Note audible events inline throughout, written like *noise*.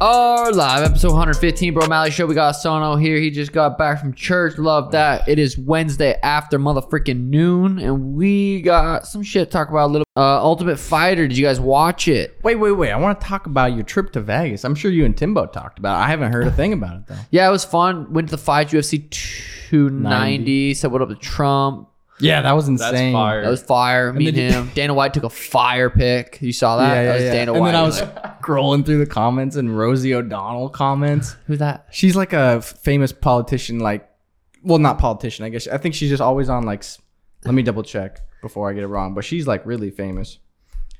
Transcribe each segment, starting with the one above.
are live. Episode 115, Bro Mally Show. We got Sono here. He just got back from church. Love that. It is Wednesday after motherfucking noon, and we got some shit to talk about. A little uh, Ultimate Fighter. Did you guys watch it? Wait, wait, wait. I want to talk about your trip to Vegas. I'm sure you and Timbo talked about it. I haven't heard a thing about it, though. Yeah, it was fun. Went to the fight UFC 290. Said what up to Trump. *laughs* Yeah, that was insane. That's fire. That was fire. Me and then- *laughs* him. Dana White took a fire pick. You saw that? Yeah, yeah, that was yeah. Dana and White. *laughs* then I was Like, scrolling through the comments and Rosie O'Donnell comments. Who's that? She's like a f- famous politician, like, well, not politician, I guess. I think she's just always on, like, s- let me double check before I get it wrong, but she's like really famous.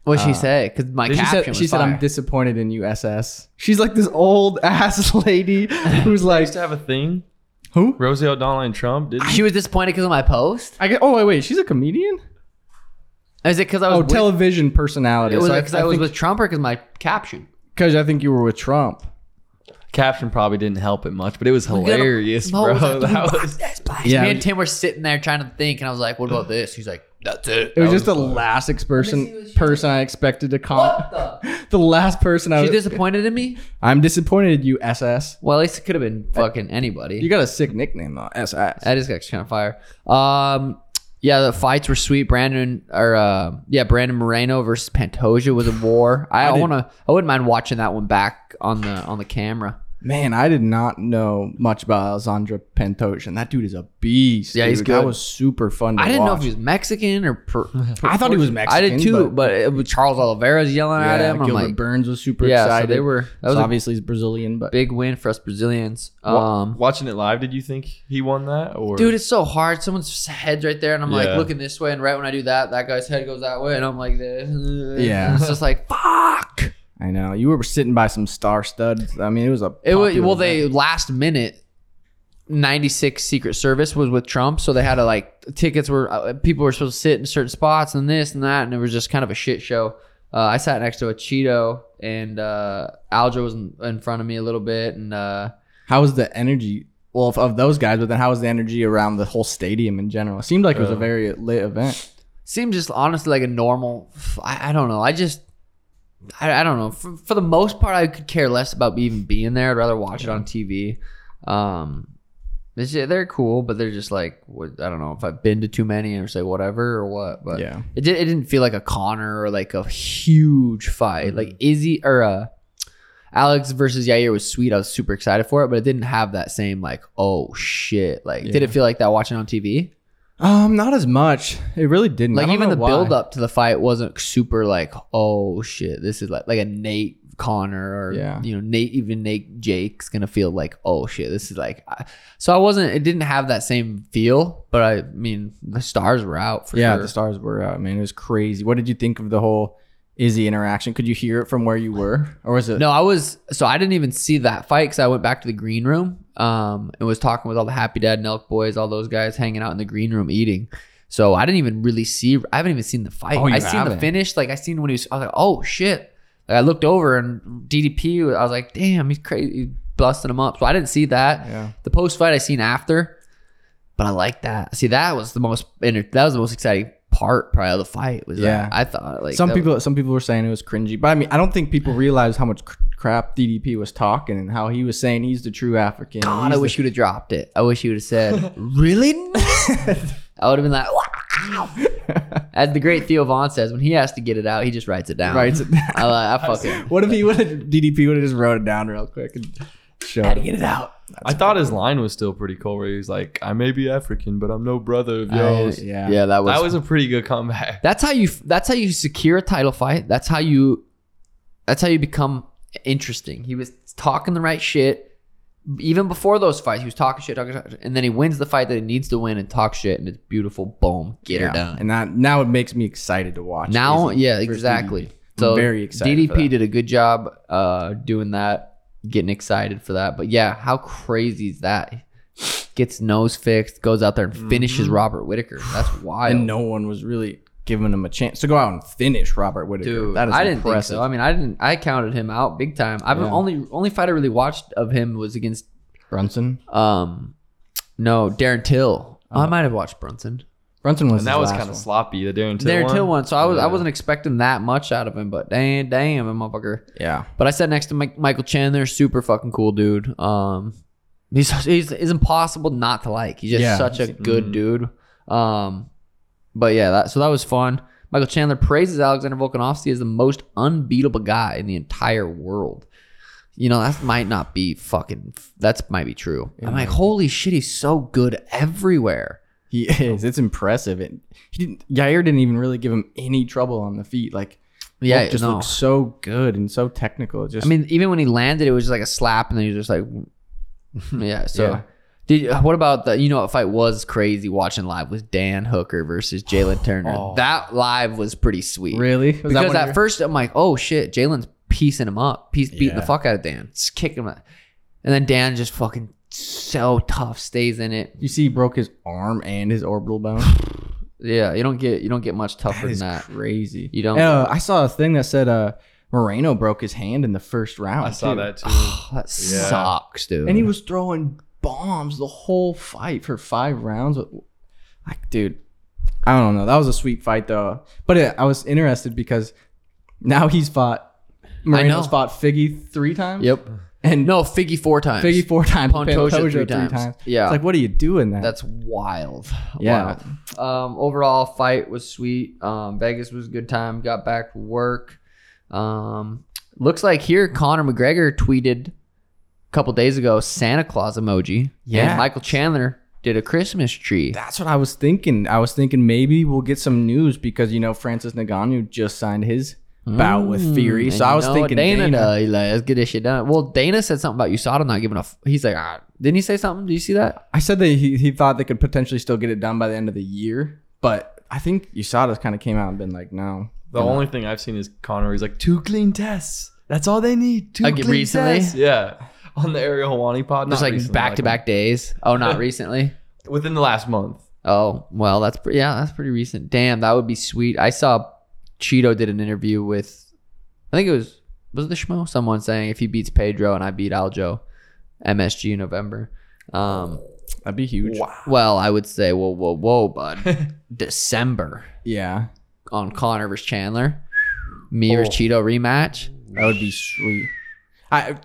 What would she say? Because my Uh, She caption said, was she said fire. I'm disappointed in you, SS. She's like this old *laughs* ass lady who's *laughs* like, used to have a thing. who? Rosie O'Donnell and Trump didn't. she was disappointed because of my post. I get, oh, wait, wait. She's a comedian? Is it because I was Oh, with- television personality. It was So because I, was think- with Trump or because my caption. Because I think you were with Trump. Caption probably didn't help it much, but it was at him. hilarious, Mo bro. *laughs* was *laughs* like, That was Yeah. Me and Tim were sitting there trying to think, and I was like, "What about this?" He's like, "That's it." It was just the last ex- person person I expected to call. *laughs* the? last person I She was. disappointed in me. I'm disappointed, you SS. Well, at least it could have been fucking anybody. You got a sick nickname though, SS. That is actually kind of fire. Um, yeah, the fights were sweet. Brandon or uh, yeah, Brandon Moreno versus Pantoja was a war. I, did- want to. I wouldn't mind watching that one back on the on the camera. Man, I did not know much about Alessandra Pantosian. That dude is a beast. Yeah, dude. he's That good. was super fun. To I didn't know if watch. he was Mexican or. Per, I thought he *laughs* was I Mexican. did too, but, it was Charles Oliveira's yelling at yeah, him. I'm Gilbert like, Burns was super Yeah, so excited. they were- that was So a- obviously he's Brazilian, but big win for us Brazilians. Wa- Um, watching it live. Did you think he won that? Or dude, it's so hard. Someone's head's right there, and I'm Yeah. like looking this way, and right when I do that, that guy's head goes that way, and I'm like this. *laughs* Yeah. it's just like fuck. I know you were sitting by some star studs. I mean, it was a It was, popular well, they event. last minute. 96 Secret Service was with Trump, so they had to like tickets were uh, people were supposed to sit in certain spots and this and that, and it was just kind of a shit show. Uh, I sat next to a Cheeto, and uh, Aljo was in, in front of me a little bit, and uh, How was the energy? Well, of, of those guys, but then how was the energy around the whole stadium in general? It seemed like it was a Uh, Yeah. very lit event. seemed just honestly like a normal. I, I don't know. I just. I, I don't know. For, for the most part, I could care less about even being there. I'd rather watch it on TV. Um, it's, yeah, they're cool, but they're just like what, I don't know if I've been to too many or say whatever or what. But Yeah. it did, it didn't feel like a Connor or like a huge Mm-hmm. fight. Like Izzy or uh, Alex versus Yair was sweet. I was super excited for it, but it didn't have that same like oh shit. Like did Yeah. it feel like that watching on TV? Um, not as much. It really didn't. I Like don't even know the why. build up to the fight wasn't super like, oh shit, this is like like a Nate Connor or Yeah. you know Nate even Nate Jake's gonna feel like oh shit, this is like. I, so I wasn't. It didn't have that same feel, but I mean the stars were out for yeah, sure. the stars were out. Man, it was crazy. What did you think of the whole Izzy interaction? Could you hear it from where you were, or was it? No, I was so I didn't even see that fight because I went back to the green room um, and was talking with all the Happy Dad and Elk Boys, all those guys hanging out in the green room eating. So I didn't even really see. I haven't even seen the fight. Oh, you I seen the haven't? finish. Like I seen when he was. I was like, oh shit! Like I looked over and DDP. I was like, damn, he's crazy, he's busting him up. So I didn't see that. Yeah. The post fight I seen after, but I like that. See, that was the most. enter- That was the most exciting part probably of the fight. Was that. Yeah. I thought like some that was- people, some people were saying it was cringy, but I mean, I don't think people realize how much cr- crap DDP was talking and how he was saying he's the true African. God, he's I the- wish you would have dropped it. I wish you would have *laughs* said, "Really?" I would have been like, "Wow!" As the great Theo Vaughn says, when he has to get it out, he just writes it down. Writes it down. I, I fucking *laughs* What if he would have DDP would have just wrote it down real quick and showed had to it? get it out. I thought his line was still pretty cool, where he was like, "I may be African, but I'm no brother of I- yours." *laughs* yeah. yeah, that was, that was a pretty good *laughs* comeback. That's how you. That's how you secure a title fight. That's how you. That's how you become interesting. He was talking the right shit. Even before those fights, he was talking shit, talking shit, and then he wins the fight that he needs to win and talk shit, and it's beautiful. Boom, get her done. And that now it makes me excited to watch. Now, Izzy yeah, versus exactly. DDP. I'm So very excited. for DDP that. did a good job uh, doing that, getting excited for that. But yeah, how crazy is that? Gets nose fixed, goes out there and finishes Robert Whitaker. That's wild, Mm-hmm. and no one was really giving him a chance to go out and finish Robert Whitaker. dude. that is I didn't impressive. think so. I mean, I didn't. I counted him out big time. I've Yeah. only only fight I really watched of him was against Brunson. Oh. um, no Darren Till. I might have watched Brunson. Brunson was and his that was last kind of one. sloppy. The Darren Till There one. till one, so I was I Yeah. wasn't expecting that much out of him, but damn, damn, that motherfucker. yeah. But I sat next to Mike, Michael Chandler, super fucking cool dude. Um, he's he's, he's impossible not to like. He's just Yeah. such a good Mm. dude. Um, but yeah, that so that was fun. Michael Chandler praises Alexander Volkanovski as the most unbeatable guy in the entire world. You know that might not be fucking. That's might be true. I'm like, holy shit, he's so good everywhere. He *laughs* is. It's impressive. And he didn't, Yair didn't even really give him any trouble on the feet. Like, Yeah, Volk just no. looks so good and so technical. Just I mean, even when he landed, it was just like a slap, and then he was just like, *laughs* yeah. So, Yeah. did what about the? You know, what fight was crazy watching live was Dan Hooker versus *sighs* Jalen Turner. That live was pretty sweet. Oh. really Was that Because one of at your- first I'm like, oh shit, Jalen's piecing him up, piece beating the Yeah. fuck out of Dan, just kicking him, out. and then Dan just fucking so tough stays in it. you see, he broke his arm and his *laughs* orbital bone. Yeah, you don't get you don't get much tougher than that. crazy. You don't- Uh, I saw a thing that said uh, Moreno broke his hand in the first round. I saw too. that *sighs* too. That Yeah. sucks, dude. and he was throwing bombs the whole fight for five rounds. Like, dude, I don't know. That was a sweet fight though. But it, I was interested because now he's fought. Moreno's know. fought Figgy three times. *sighs* yep. and No, Figgy four times. Figgy four times. and Pantoja Pantoja three times. Yeah. it's like what are you doing? That That's wild. Yeah. Wow. Um, overall, fight was sweet. Um, Vegas was a good time. Got back to work. Um, looks like here Conor McGregor tweeted a couple days ago Santa Claus emoji. Yeah. And Michael Chandler did a Christmas tree. that's what I was thinking. I was thinking maybe we'll get some news because you know Francis Ngannou just signed his bout with Fury. Mm, so and I you was know what thinking Dana, Dana. does. He's like, let's get this shit done. Well, Dana said something about USADA not giving a. F- he's like, ah. didn't he say something? Do you see that? I said that he, he thought they could potentially still get it done by the end of the year, but I think USADA's kind of came out and been like, no. The only thing I've seen is Connor. He's like two clean tests. That's all they need. Two Like, clean recently? tests. Yeah, *laughs* on the Ariel Hawani pod. Just not like recently, back to back days. Oh, not *laughs* recently. within the last month. Oh well, that's pre- yeah, that's pretty recent. Damn, that would be sweet. I saw Cheeto did an interview with, I think it was was it the Schmo someone saying if he beats Pedro and I beat Aljo, MSG in November. Um, That'd be huge. well, I would say whoa, whoa, whoa, *laughs* bud, December Yeah. on Connor versus Chandler, me Oh. versus Cheeto rematch. That would be sweet. I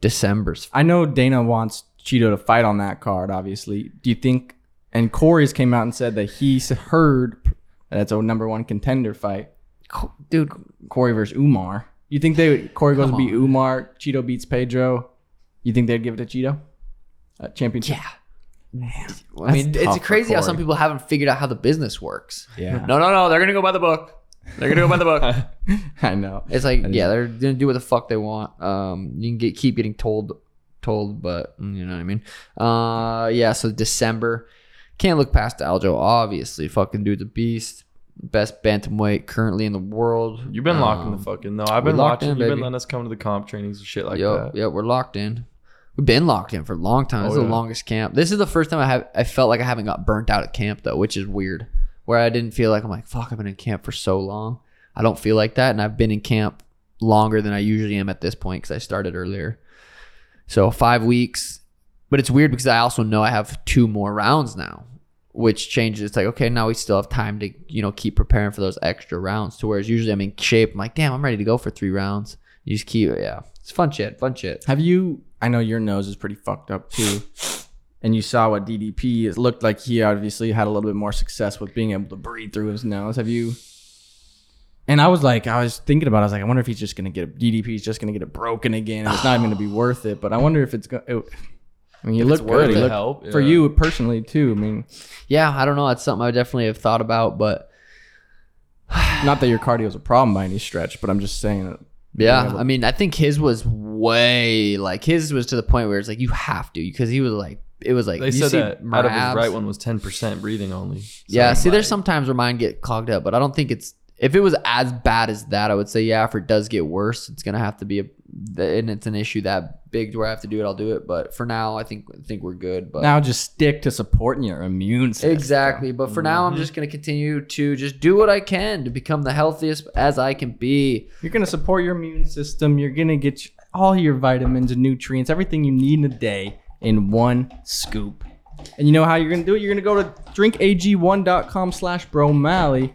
December's I know Dana wants Cheeto to fight on that card, obviously. Do you think and Corey's came out and said that he's heard that it's a number one contender fight. Co- dude. Corey versus Umar. You think they would Corey goes Come to beat Umar, Cheeto beats Pedro. You think they'd give it to Cheeto? Uh, championship. Yeah. I mean, That's it's tough for crazy how some Corey. people haven't figured out how the business works. Yeah. No, no, no. They're gonna go by the book. They're gonna go by the book. *laughs* *laughs* I know. It's like That is- yeah, they're gonna do what the fuck they want. Um, you can get keep getting told, told, but mm, you know what I mean. Uh, yeah. So December, can't look past Aljo. Obviously, fucking dude's a beast. Best bantamweight currently in the world. You've been locked in the Um, fucking. No, I've we been locked watching. in, You've baby. been letting us come to the comp trainings and shit like yep, that. yep, we're locked in. We've been locked in for a long time. This Oh, is the yeah. longest camp. This is the first time I have I felt like I haven't got burnt out at camp though, which is weird. Where I didn't feel like I'm like fuck, I've been in camp for so long. I don't feel like that, and I've been in camp longer than I usually am at this point because I started earlier. So five weeks, but it's weird because I also know I have two more rounds now, which changes. It's like okay, now we still have time to you know keep preparing for those extra rounds. To whereas usually I'm in shape, I'm like damn, I'm ready to go for three rounds. You just keep yeah, it's fun shit, fun shit. Have you? I know your nose is pretty fucked up too, and you saw what DDP. It looked like he obviously had a little bit more success with being able to breathe through his nose. Have you? And I was like, I was thinking about. it. I was like, I wonder if he's just gonna get it- DDP is just gonna get it broken again. And it's not even gonna be worth it. But I wonder if it's going. to I mean, you look good. worth You the look- help, for yeah. you personally too. I mean, Yeah, I don't know. That's something I definitely have thought about, but not that your cardio is a problem by any stretch, but I'm just saying. that- yeah, I mean, I think his was way like his was to the point where it's like you have to because he was like it was like They you said see that out of his Marab's- right one was ten percent breathing only. So yeah, it's see, there's like- some times where mine get clogged up, but I don't think it's if it was as bad as that, I would say yeah. If it does get worse, it's gonna have to be a and it's an issue that big to where I have to do it. I'll do it, but for now, I think I think we're good. But Now just stick to supporting your immune system. Exactly. But Mm-hmm. for now, I'm just going to continue to just do what I can to become the healthiest as I can be. You're gonna support your immune system. You're gonna get your- all your vitamins and nutrients, everything you need in a day in one scoop. And you know how you're gonna do it? You're gonna go to drinkag1.com slash bromalley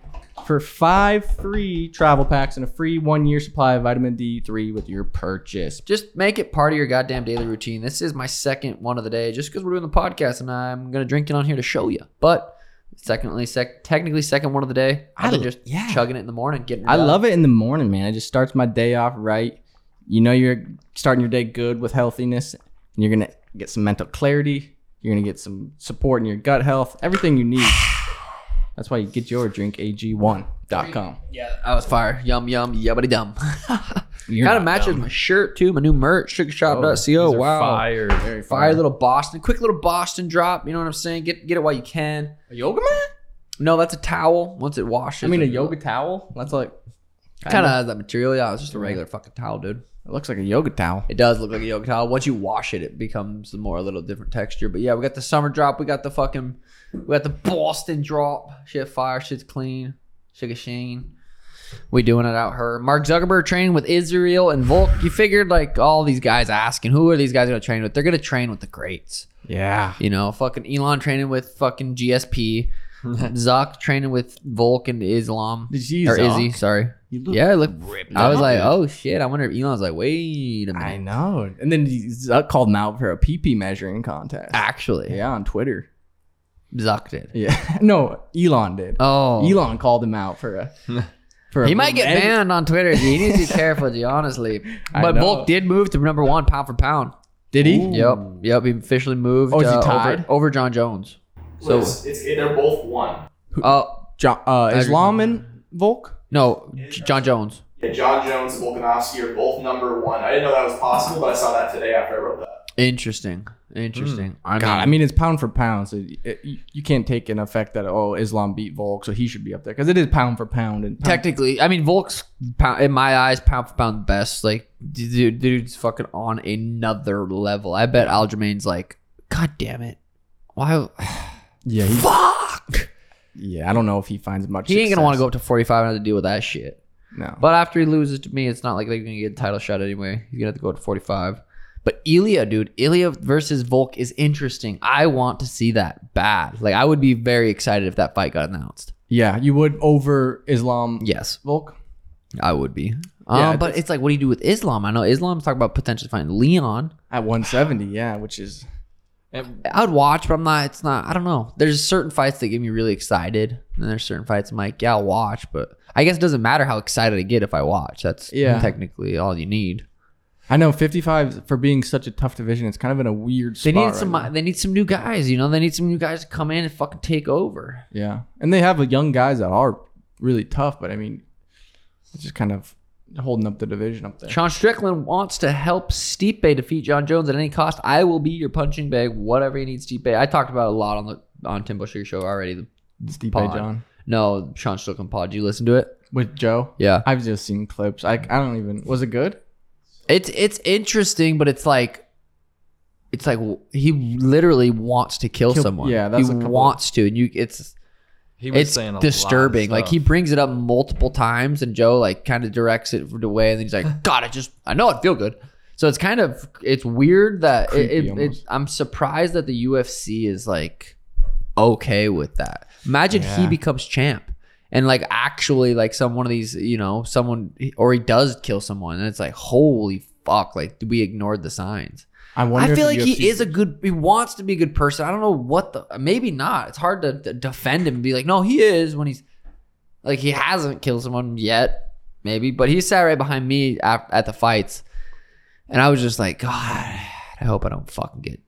for five free travel packs and a free one year supply of vitamin D3 with your purchase. Just make it part of your goddamn daily routine. This is my second one of the day, just because we're doing the podcast, and I'm gonna drink it on here to show you. But secondly, sec technically second one of the day. I I've been l- just yeah. chugging it in the morning, getting. It I up. love it in the morning, man. It just starts my day off right. You know you're starting your day good with healthiness, and you're gonna get some mental clarity. You're gonna get some support in your gut health, everything you need. *sighs* That's why you get your drinkag1.com. Yeah, that was fire. Yum yum yubbity dum. *laughs* You're kind not Oh, of matches my shirt too. My new merch, sugarshop.co. These are Oh, wow. Fire. Hmm. Very Fire little Boston, quick little Boston drop. You know what I'm saying? Get get it while you can. A yoga mat? No, that's a towel. Once it washes, I mean, a it- yoga towel? That's like, kind of has that material. Yeah, it's just a regular fucking towel, dude. it looks like a yoga towel. It does look like a yoga towel. Once you wash it, it becomes more a little different texture. But yeah, we got the summer drop. We got the fucking, we got the Boston drop. Shit fire. Shit's clean. Sugar Shane. We doing it out her. Mark Zuckerberg training with Israel and Volk. You figured like all these guys asking, who are these guys gonna train with? They're gonna train with the greats. Yeah. You know, fucking Elon training with fucking GSP. *laughs* Zuck training with Volk and Islam. Did you or use Zuck? Izzy, sorry. You look yeah, I look. I was out, like, dude. oh shit. I wonder if Elon's like, wait a minute. I know. And then Zuck called him out for a PP measuring contest. Ah. Actually, Yeah, on Twitter. Zuck did. Yeah. *laughs* No, Elon did. Oh, Elon called him out for a. For He might get measure- banned on Twitter. He needs to be careful, G, honestly. *laughs* I But know. Volk did move to number one pound for pound. Did he? Yep, yep. He officially moved Oh, is he uh, over, tied? over John Jones. So it's, it's they're both one. Oh Jo- uh, Islam and Volk? no, J- John Jones. Yeah, John Jones, Volkanovski are both number one. I didn't know that was possible, but I saw that today after I wrote that. Interesting, Hmm. interesting. I God, I mean, mean, it's pound for pound. So it, you, you can't take an effect that, oh, Islam beat Volk, so he should be up there. Because it is pound for pound. And pound- technically, I mean Volk's pound, in my eyes pound for pound the best. Like dude, dude's fucking on another level. I bet Aljamain's like, God damn it, why? yeah, he, Fuck. yeah, I don't know if he finds much He ain't gonna want to success. go up to 45 and have to deal with that shit. No. But after he loses to me, it's not like they're gonna get a title shot anyway. He's gonna have to go to 45. But Ilya, dude, Ilya versus Volk is interesting. I want to see that bad. Like I would be very excited if that fight got announced. Yeah, you would over Islam Yes, Volk. I would be. Yeah, um, but that's- it's like, what do you do with Islam? I know Islam's talking about potentially fighting Leon. At 170, yeah, which is And I'd watch, but I'm not. It's not. I don't know. There's certain fights that get me really excited, and there's certain fights I'm like, yeah, I'll watch. But I guess it doesn't matter how excited I get if I watch. That's Yeah. technically all you need. I know 55 for being such a tough division. It's kind of in a weird They spot. need right some. now. They need some new guys. You know, they need some new guys to come in and fucking take over. yeah, and they have uh, young guys that are really tough, but I mean, it's just kind of holding up the division up there. Sean Strickland wants to help Stipe defeat John Jones at any cost. I will be your punching bag, whatever he needs. Stipe. I talked about it a lot on the on Timbo Sugar Show already. The, Stipe Pod. John no, Sean Strickland pod. Did you listen to it? with Joe. Yeah, I've just seen clips. I I don't even. Was it good? it's it's interesting, but it's like. It's like w- he literally wants to kill, Kill- someone. yeah, that's he a couple- wants to, and you. It's he was it's saying a lot of disturbing. Like stuff. he brings it up multiple times, and Joe like kind of directs it away, and then he's *laughs* like, "God, I just I know it feel good." So it's kind of it's weird that it, Creepy it, it, almost. I'm surprised that the UFC is like okay with that. Imagine he Yeah. becomes champ and like actually like some one of these you know someone or he does kill someone, and it's like holy fuck, like we ignored the signs. I wonder. I feel if like the he UFC is a good. He wants to be a good person. I don't know what the. Maybe not. It's hard to, to defend him and be like, no, he is when he's like he hasn't killed someone yet. Maybe, but he sat right behind me at, at the fights, and I was just like, God, I hope I don't fucking get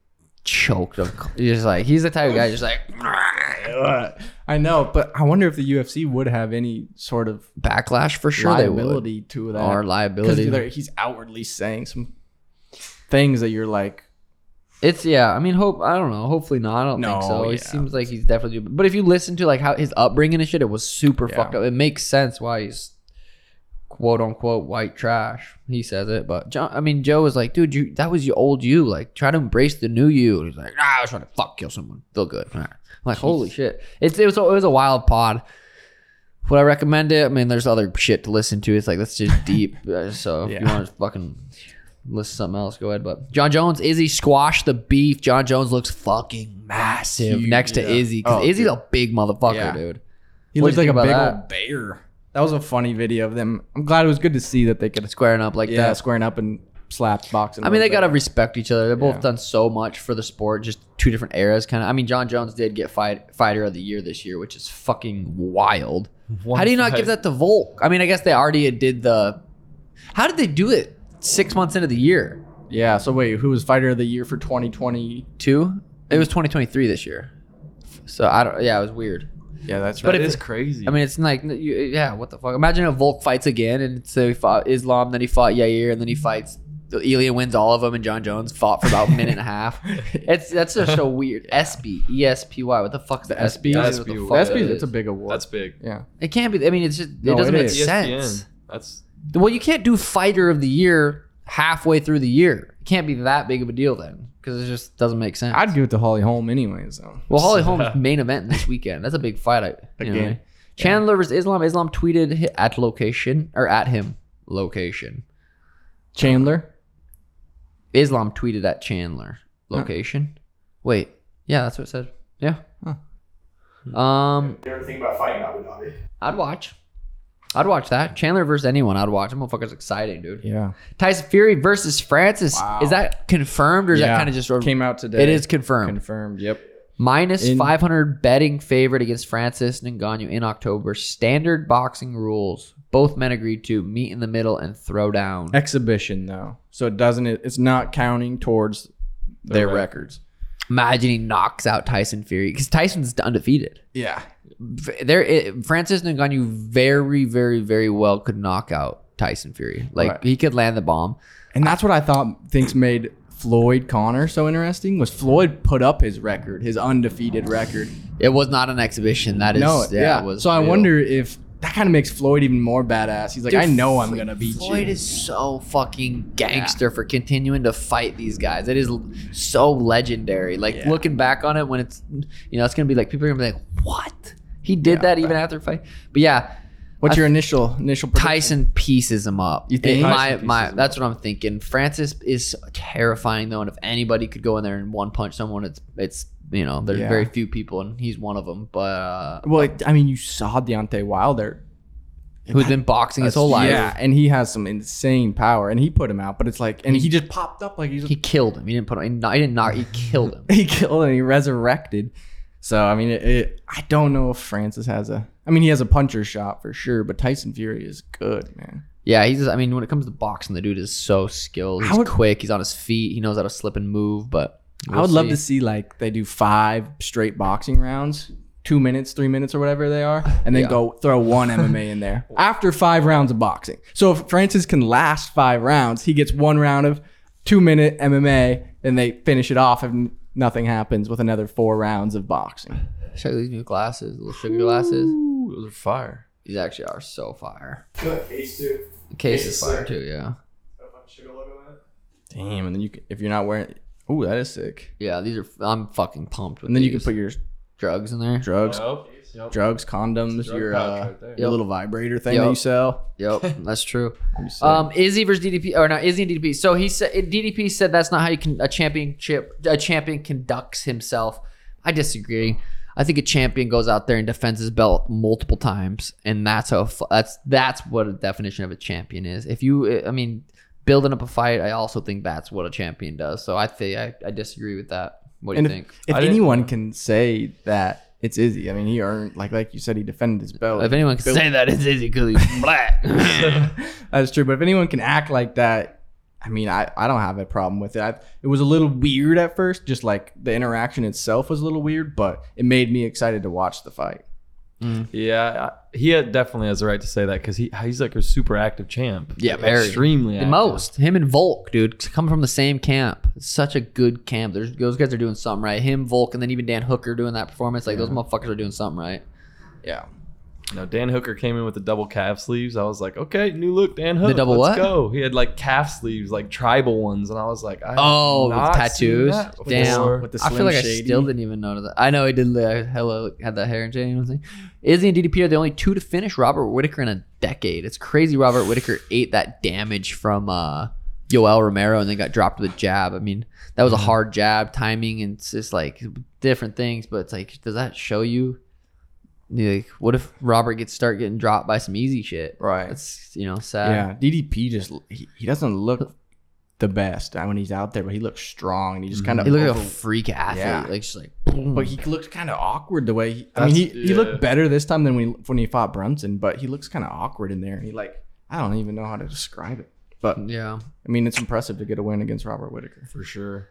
choked. Up. Just like he's the type of guy, just like *laughs* I know, but I wonder if the UFC would have any sort of backlash for sure they would liability to that or because liability. either he's outwardly saying some things that you're like, It's yeah. I mean, hope I don't know. Hopefully not. I don't No, think so. He yeah. seems like he's definitely. But if you listen to like how his upbringing and shit, it was super Yeah. fucked up. It makes sense why he's quote unquote white trash. He says it, but John. I mean, Joe was like, dude, you that was your old you. Like, try to embrace the new you. And he's like, nah, I was trying to fuck kill someone. Feel good. I'm like, holy shit. It's it was a- it was a wild pod. Would I *laughs* recommend it? I mean, there's other shit to listen to. It's like that's just deep. Uh, so if Yeah. you want to fucking list something else. Go ahead, but John Jones, Izzy squashed the beef. John Jones looks fucking massive Huge, next to yeah. Izzy because Oh, Izzy's dude. a big motherfucker, Yeah. dude. He What'd looked like you a think big about old bear. That was a funny video of them. I'm glad it was good to see that they could Squaring up like yeah, that. squaring up and slap boxing. I mean, they got gotta respect each other. They've both Yeah. done so much for the sport. Just two different eras, kind of. I mean, John Jones did get fight, fighter of the year this year, which is fucking wild. How do you not give that to Volk? I mean, I guess they already did the. How did they do it six months into the year? Yeah. So wait, who was fighter of the year for 2020? Two. It was 2023 this year, so I don't. Yeah, it was weird. Yeah, that's But But right. if- it is crazy. I mean, it's like, you- yeah, what the fuck? Imagine if Volk fights again, and so he fought Islam, then he fought Yair, and then he fights. Ilya wins all of them, and John Jones fought for about a minute and a *laughs* half. It's that's just so weird. E SB, ESPY. What the fuck's the SB? SB What the SB fuck Well, that's that big- is? it's a big award. that's big. E yeah. It can't be. I mean, it's just it No, doesn't it make is. sense. That's Well, you can't do fighter of the year halfway through the year. It can't be that big of a deal then, because it just doesn't make sense. I'd give it to Holly Holm anyways. Though. well, Holly *laughs* Holm's main event this weekend. That's a big fight. I, you know. Again. Chandler versus Islam. Islam tweeted hi- at location or at him location. Chandler. Islam tweeted at Chandler location. Wait, yeah, that's what it said. Yeah. Um, You ever think about fighting Abu Dhabi? I'd watch. I'd watch that. Chandler versus anyone. I'd watch. That motherfucker's exciting, dude. Yeah. Tyson Fury versus Francis. Wow. Is that confirmed or is that Yeah. kind of just Came out today. It is confirmed. confirmed. Yep. Minus In- 500 betting favorite against Francis Ngannou in October. Standard boxing rules. Both men agreed to meet in the middle and throw down. Exhibition though, so it doesn't. It, it's not counting towards their rec- records. Imagine he knocks out Tyson Fury because Tyson's undefeated. Yeah. V- There, it, Francis Ngannou very, very, very well could knock out Tyson Fury. Like Right. he could land the bomb. And that's what I thought things made Floyd Connor so interesting was Floyd put up his record, his undefeated record. It was not an exhibition. That is, no, yeah. yeah. it was so I real. wonder if that kind of makes Floyd even more badass. He's like, Dude, I know I'm Floyd- gonna beat Floyd you. is so fucking gangster for continuing to fight these guys. It is l- so legendary. Like Yeah. looking back on it, when it's you know it's gonna be like people are gonna be like, what? He did Yeah, that even right. after the fight. But yeah, What's I- your initial initial prediction? Tyson pieces him up. You think In Tyson my pieces my him that's what I'm thinking. Francis is terrifying though, and if anybody could go in there and one punch someone, it's it's you know there's Yeah. very few people, and he's one of them. But uh, Well, I mean, you saw Deontay Wilder who's been boxing his whole life? Yeah, and he has some insane power, and he put him out. But it's like, and he just popped up like he's He killed him. He didn't put him. He didn't knock. He killed him. *laughs* he killed and he resurrected. So I mean, it, it, I don't know if Francis has a. I mean, he has a puncher shot for sure, but Tyson Fury is good, man. Yeah, he's. I mean, when it comes to boxing, the dude is so skilled. He's I would- quick. He's on his feet. He knows how to slip and move. But I would love see. to see like they do five straight boxing rounds, two minutes, three minutes, or whatever they are, and then Yeah. go throw one MMA in *laughs* there after five rounds of boxing. So if Francis can last five rounds, he gets one round of two minute MMA, and they finish it off, and nothing happens with another four rounds of boxing. check these new glasses, little sugar glasses. Ooh, those are fire. These actually are so fire. I feel like Cage too. The case is Yes, fire sir. too. Yeah, Got a bunch of sugar logo in it. Damn, and then you can, if you're not wearing, ooh, that is sick. yeah. These are. I'm fucking pumped with. And then you can these. put your drugs in there. drugs, Yep. Yep. drugs, condoms, Drug your pouch uh, right there. your little vibrator thing Yep. that you sell. *laughs* Yep, that's true. That'd be sick. Um, Izzy versus DDP, or not Izzy and DDP. So he said DDP said that's not how you can a championship a champion conducts himself. I disagree. I think a champion goes out there and defends his belt multiple times, and that's how that's that's what a definition of a champion is. If you, I mean, building up a fight, I also think that's what a champion does. So I think I, I disagree with that. What do And you think? If I didn't- anyone can say that it's Izzy, I mean, he earned like like you said, he defended his belt. If *laughs* anyone can say that, it's Izzy because he's black. *laughs* That's true. But if anyone can act like that, I mean, I, I don't have a problem with it. I, it was a little weird at first, just like the interaction itself was a little weird, but it made me excited to watch the fight. Yeah, I- he had- definitely has the right to say that because he he's like a super active champ. Yeah, very. extremely The active. most. Him and Volk, dude, come from the same camp. It's such a good camp. There's, those guys are doing something right. Him, Volk, and then even Dan Hooker doing that performance. Like those motherfuckers are doing something right. Yeah. No, Dan Hooker came in with the double calf sleeves. I was like, okay, new look, Dan Hooker. double let's what? go. He had like calf sleves, like tribal ones, and I was like, I have Oh, with not seen tattoos. that before. Damn. With the I feel Slim like I Shady. still didn't even notice that. I know he did. Uh, hello, had that hair and shit. You know what I'm saying? Izzy and DDP are the only two to *sighs* finish Robert Whitaker in a decade. It's crazy. Robert Whitaker ate that damage from uh, Yoel Romero and they got dropped with a jab. I mean, that Mm-hmm. was a hard jab timing and it's just like different things, but it's like, does that show you? Like, what if Robert gets start getting dropped by some easy shit? Right. That's you know sad. yeah, DDP just he, he doesn't look the best uh, when he's out there, but he looks strong and he just kind of Mm-hmm. He looked like a freak athlete. Yeah. Like just like, boom. But he looked kind of awkward the way. He, I mean, he, That's- he yeah. looked better this time than when he, when he fought Brunson, but he looks kind of awkward in there. He like I don't even know how to describe it. But yeah. I mean, it's impressive to get a win against Robert Whitaker. for sure.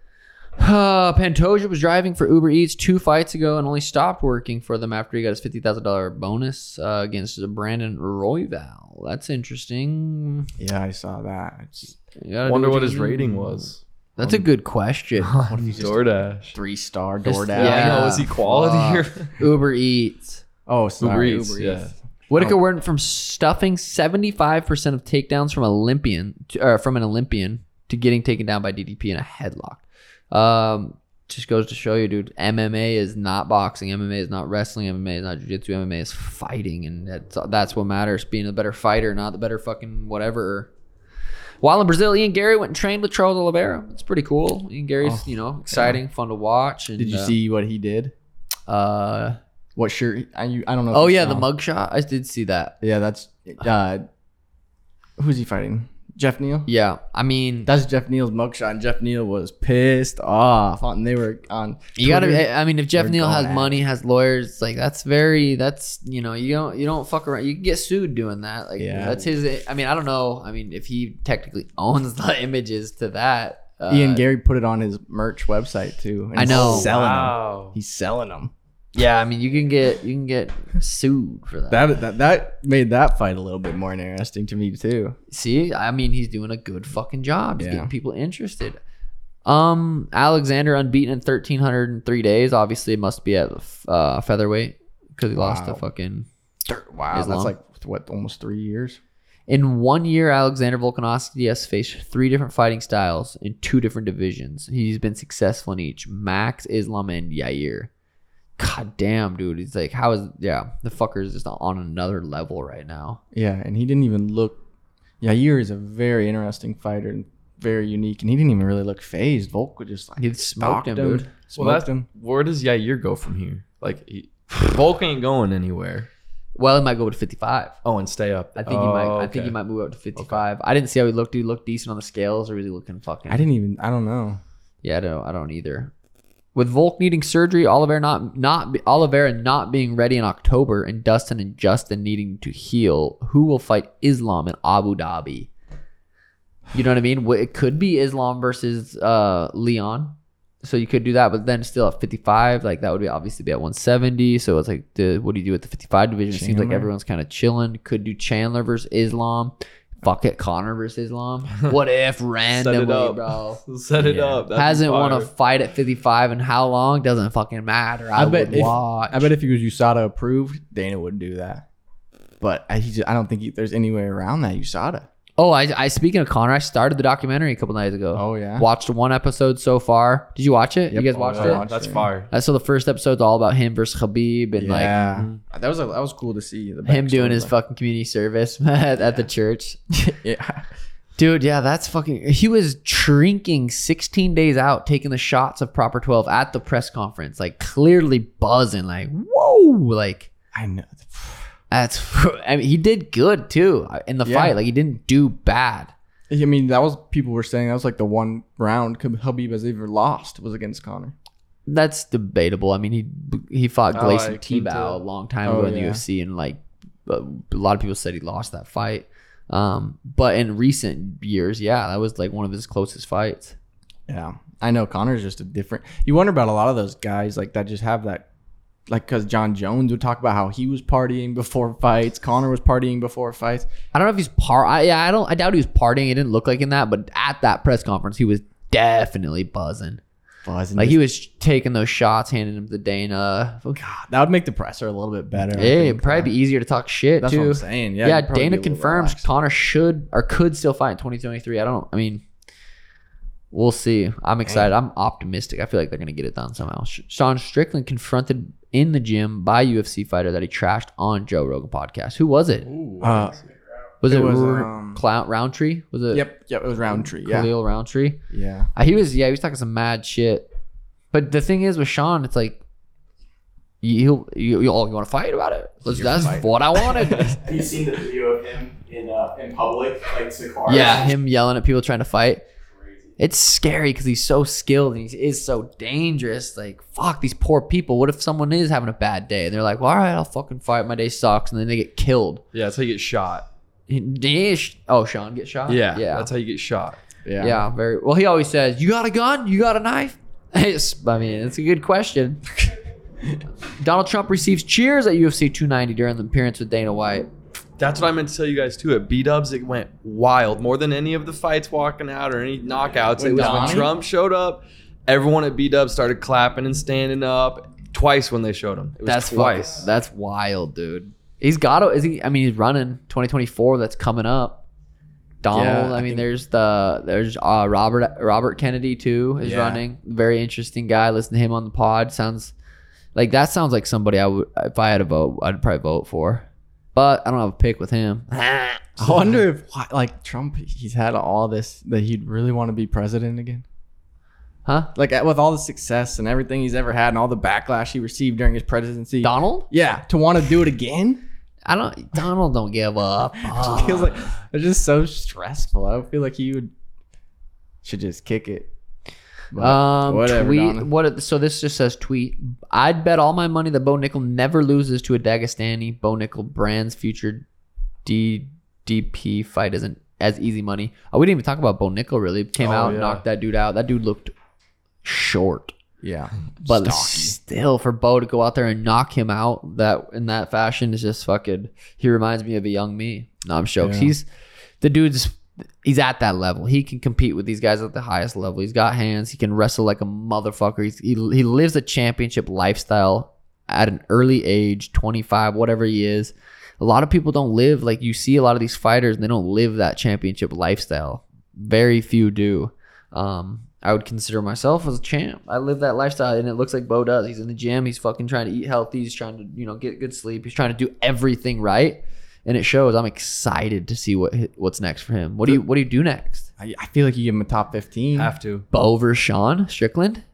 Uh, Pantoja was driving for Uber Eats two fights ago and only stopped working for them after he got his fifty thousand dollar bonus uh, against Brandon Royval. That's interesting. Yeah, I saw that. It's You gotta do Wonder you what his do. rating was. That's a good *laughs* question. On DoorDash. three star It's- DoorDash. Yeah, I know. Yeah. Is he quality or Uber Eats. Oh, sorry, Eats, yeah. Oh. Whitaker went from stuffing seventy five percent of takedowns from Olympian to, or from an Olympian to getting taken down by DDP in a headlock. Um, just goes to show you, dude. MMA is not boxing. MMA is not wrestling. MMA is not jujitsu. MMA is fighting, and that's that's what matters. Being a better fighter, not the better fucking whatever. While in Brazil, Ian Gary went and trained with Charles Oliveira. It's pretty cool. Ian Gary's, you know, exciting, fun to watch. And, Oh, Did you uh, see what he did? Uh, What shirt? I, you, I don't know. if oh you yeah, the saw. mugshot. I did see that. Yeah, that's uh, who's he fighting? Jeff Neal. Yeah, I mean, That's Jeff Neal's mugshot. And Jeff Neal was pissed off, and they were on. You Twitter. gotta. I mean, if Jeff They're Neal going has at money, has lawyers, like that's very. That's you know, you don't you don't fuck around. You can get sued doing that. Like Yeah. that's his. I mean, I don't know. I mean, if he technically *laughs* owns the images to that, uh, Ian Gary put it on his merch website too. and I he's know. Selling them. Wow. He's selling them. Yeah, I mean, you can get you can get sued for that. That, that that made that fight a little bit more interesting to me too. See, I mean, he's doing a good fucking job. He's Yeah. getting people interested. Um, Alexander unbeaten in thirteen hundred and three days. Obviously, it must be at uh, featherweight because he lost to Wow. fucking. Wow, Islam. that's like what almost three years. In one year, Alexander Volkanovski has faced three different fighting styles in two different divisions. He's been successful in each: Max, Islam, and Yair. God damn, dude! He's like, how is yeah? The fucker is just on another level right now. Yeah, and he didn't even look. Yair is a very interesting fighter and very unique, and he didn't even really look phased. Volk was just like He smoked stalked him, dude. smoked Well, that's, him. where does Yair go from here? Like, he, Volk ain't going anywhere. Well, he might go to fifty-five. Oh, and stay up. I think he Oh, might. I think okay. he might move up to fifty-five. I didn't see how he looked. Did he look decent on the scales, or was he looking fucking? I didn't even. I don't know. Yeah, I don't. I don't either. With Volk needing surgery, Oliver not not Oliveira not being ready in October, and Dustin and Justin needing to heal, who will fight Islam in Abu Dhabi? You know what I mean? Wh- It could be Islam versus uh, Leon, so you could do that. But then still at 55, like that would be obviously be at 170. So it's like, the, what do you do with the 55 division? It seems like Chandler. everyone's kind of chilling. Could do Chandler versus Islam. Fuck it, Connor versus Islam. What if randomly, up. bro? Set it Yeah. up. That'd be hasn't won a fire. fight at 55 and how long doesn't fucking matter. I, I bet would if- watch. I bet if he was USADA approved, Dana would do that. But I, he just, I don't think he, there's any way around that USADA. oh, I, I speaking of Connor, I started the documentary a couple nights ago. Oh yeah, Watched one episode so far. Did you watch it? Yep. You guys Oh, watched yeah. it? Watched That's it. fire. Uh, So the first episode's all about him versus Khabib and like yeah. Uh, that was a, that was cool to see. The him backstory, doing his like- fucking community service *laughs* at, at the church. *laughs* Yeah, Dude, yeah, that's fucking. He was shrinking 16 days out, taking the shots of Proper 12 at the press conference, like clearly buzzing, like, whoa, like I know. *sighs* That's. *laughs* I mean, he did good too uh, in the Yeah. fight. Like he didn't do bad. I mean, that was people were saying that was like the one round Habib has ever lost was against Connor. That's debatable. I mean, he he fought Oh, Glason I came to- Tebow a long time Oh, ago in the yeah. UFC, and like a a lot of people said he lost that fight. Um, but in recent years, yeah, that was like one of his closest fights. Yeah, I know Connor's just a different. You wonder about a lot of those guys like that just have that, like because John Jones would talk about how he was partying before fights, Connor was partying before fights. I don't know if he's par. I, yeah, I don't. I doubt he was partying. It didn't look like in that, but at that press conference, he was definitely buzzing. Buzzing Like he was taking those shots, handing them to Dana. God, that would make the presser a little bit better. I Yeah, it'd think. probably be easier to talk shit That's too. what I'm saying. Yeah, yeah, you'd probably be Dana a little confirms relaxed. Connor should or could still fight in 2023. I don't. I mean, we'll see. I'm excited. I'm optimistic. I feel like they're gonna get it done somehow. Sh- Sean Strickland confronted in the gym by UFC fighter that he trashed on Joe Rogan podcast. Who was it? Ooh, Uh, Was It it, was, R- um, Clou- Roundtree? Was it? Yep, yep, it was Roundtree. Yeah, Khalil Roundtree. yeah. Uh, He was yeah, he was talking some mad shit. But the thing is with Sean, it's like you you you all you want to fight about it? Let's, You that's fight. what I *laughs* wanted. Have you seen the video of him in uh, in public, like to cars? yeah, him yelling at people trying to fight. Crazy. It's scary because he's so skilled and he is so dangerous. Like fuck these poor people. What if someone is having a bad day and they're like, well, all right, I'll fucking fight. My day sucks, and then they get killed. Yeah, that's how you get shot. He- he is- Oh, Sean get shot. Yeah, yeah. that's how you get shot. Yeah. very well. He always says, "You got a gun? You got a knife?" *laughs* It's- I mean, it's a good question. *laughs* Donald Trump receives cheers at UFC 290 during the appearance with Dana White. That's what I meant to tell you guys too. At B Dubs, it went wild more than any of the fights walking out or any knockouts. With It was when Donnie? Trump showed up. Everyone at B Dubs started clapping and standing up twice when they showed him. It was That's fuck- twice. that's wild, dude. He's got to. Is he? I mean, he's running 2024. That's coming up. Donald. Yeah, I, I mean, think- there's the there's uh, Robert Robert Kennedy too is Yeah. running. Very interesting guy. Listen to him on the pod. Sounds like that sounds like somebody I would if I had a vote I'd probably vote for. But I don't have a pick with *laughs* him. I wonder if why- like Trump, he's had all this that he'd really want to be president again. Huh? Like uh, with all the success and everything he's ever had and all the backlash he received during his presidency. Donald? yeah, to want to do it again. *laughs* I don't. Donald don't give up. It feels like Ah. it's just so stressful. I feel like he would should just kick it. But um, whatever, tweet. Donald. What? So this just says tweet. I'd bet all my money that Bo Nickel never loses to a Dagestani. Bo Nickel brands future DDP fight isn't as easy money. Oh, we didn't even talk about Bo Nickel. Really came Oh, out, yeah. knocked that dude out. That dude looked short. yeah, But Stocky. still, for Bo to go out there and knock him out that in that fashion is just fucking. He reminds me of a young me. No, I'm shocked. Yeah. He's the dude's. He's at that level. He can compete with these guys at the highest level. He's got hands. He can wrestle like a motherfucker. He's, he he lives a championship lifestyle at an early age, 25, whatever he is. A lot of people don't live like you see a lot of these fighters, and they don't live that championship lifestyle. Very few do um, I would consider myself as a champ. I live that lifestyle, and it looks like Bo does. He's in the gym. He's fucking trying to eat healthy. He's trying to you know get good sleep. He's trying to do everything right, and it shows. I'm excited to see what what's next for him. What do you what do you do next? I, I feel like you give him a top fifteen. Have to. Bo versus Sean Strickland?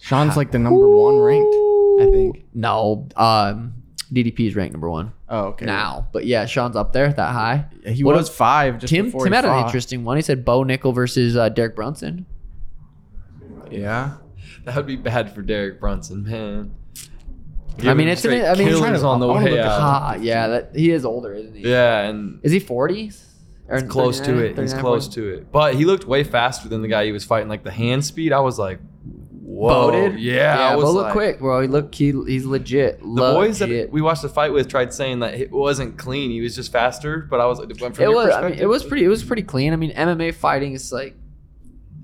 Sean's like the number one ranked, I think. No, um, DDP is ranked number one Oh, okay. now, but yeah, Sean's up there that high. he What was five. Just Tim before Tim he had an fought. interesting one. He said Bo Nickel versus uh, Derek Brunson. Yeah, That would be bad for Derek Brunson, man. I mean, it's an- I mean, he's trying to- on the I wanna way look out. Ah, yeah, that he is older, isn't he? Yeah, and Is he 40? Or He's close to 39, it. He's 39, close 40? to it. But he looked way faster than the guy he was fighting. Like the hand speed, I was like, whoa. Boated? Yeah, I was but look like- quick, bro. He look, he, he's legit. The boys that Legit. we watched the fight with tried saying that it wasn't clean. He was just faster. But I was it went from it your was, I mean, perspective, it was pretty, it was pretty clean. I mean, MMA fighting is like,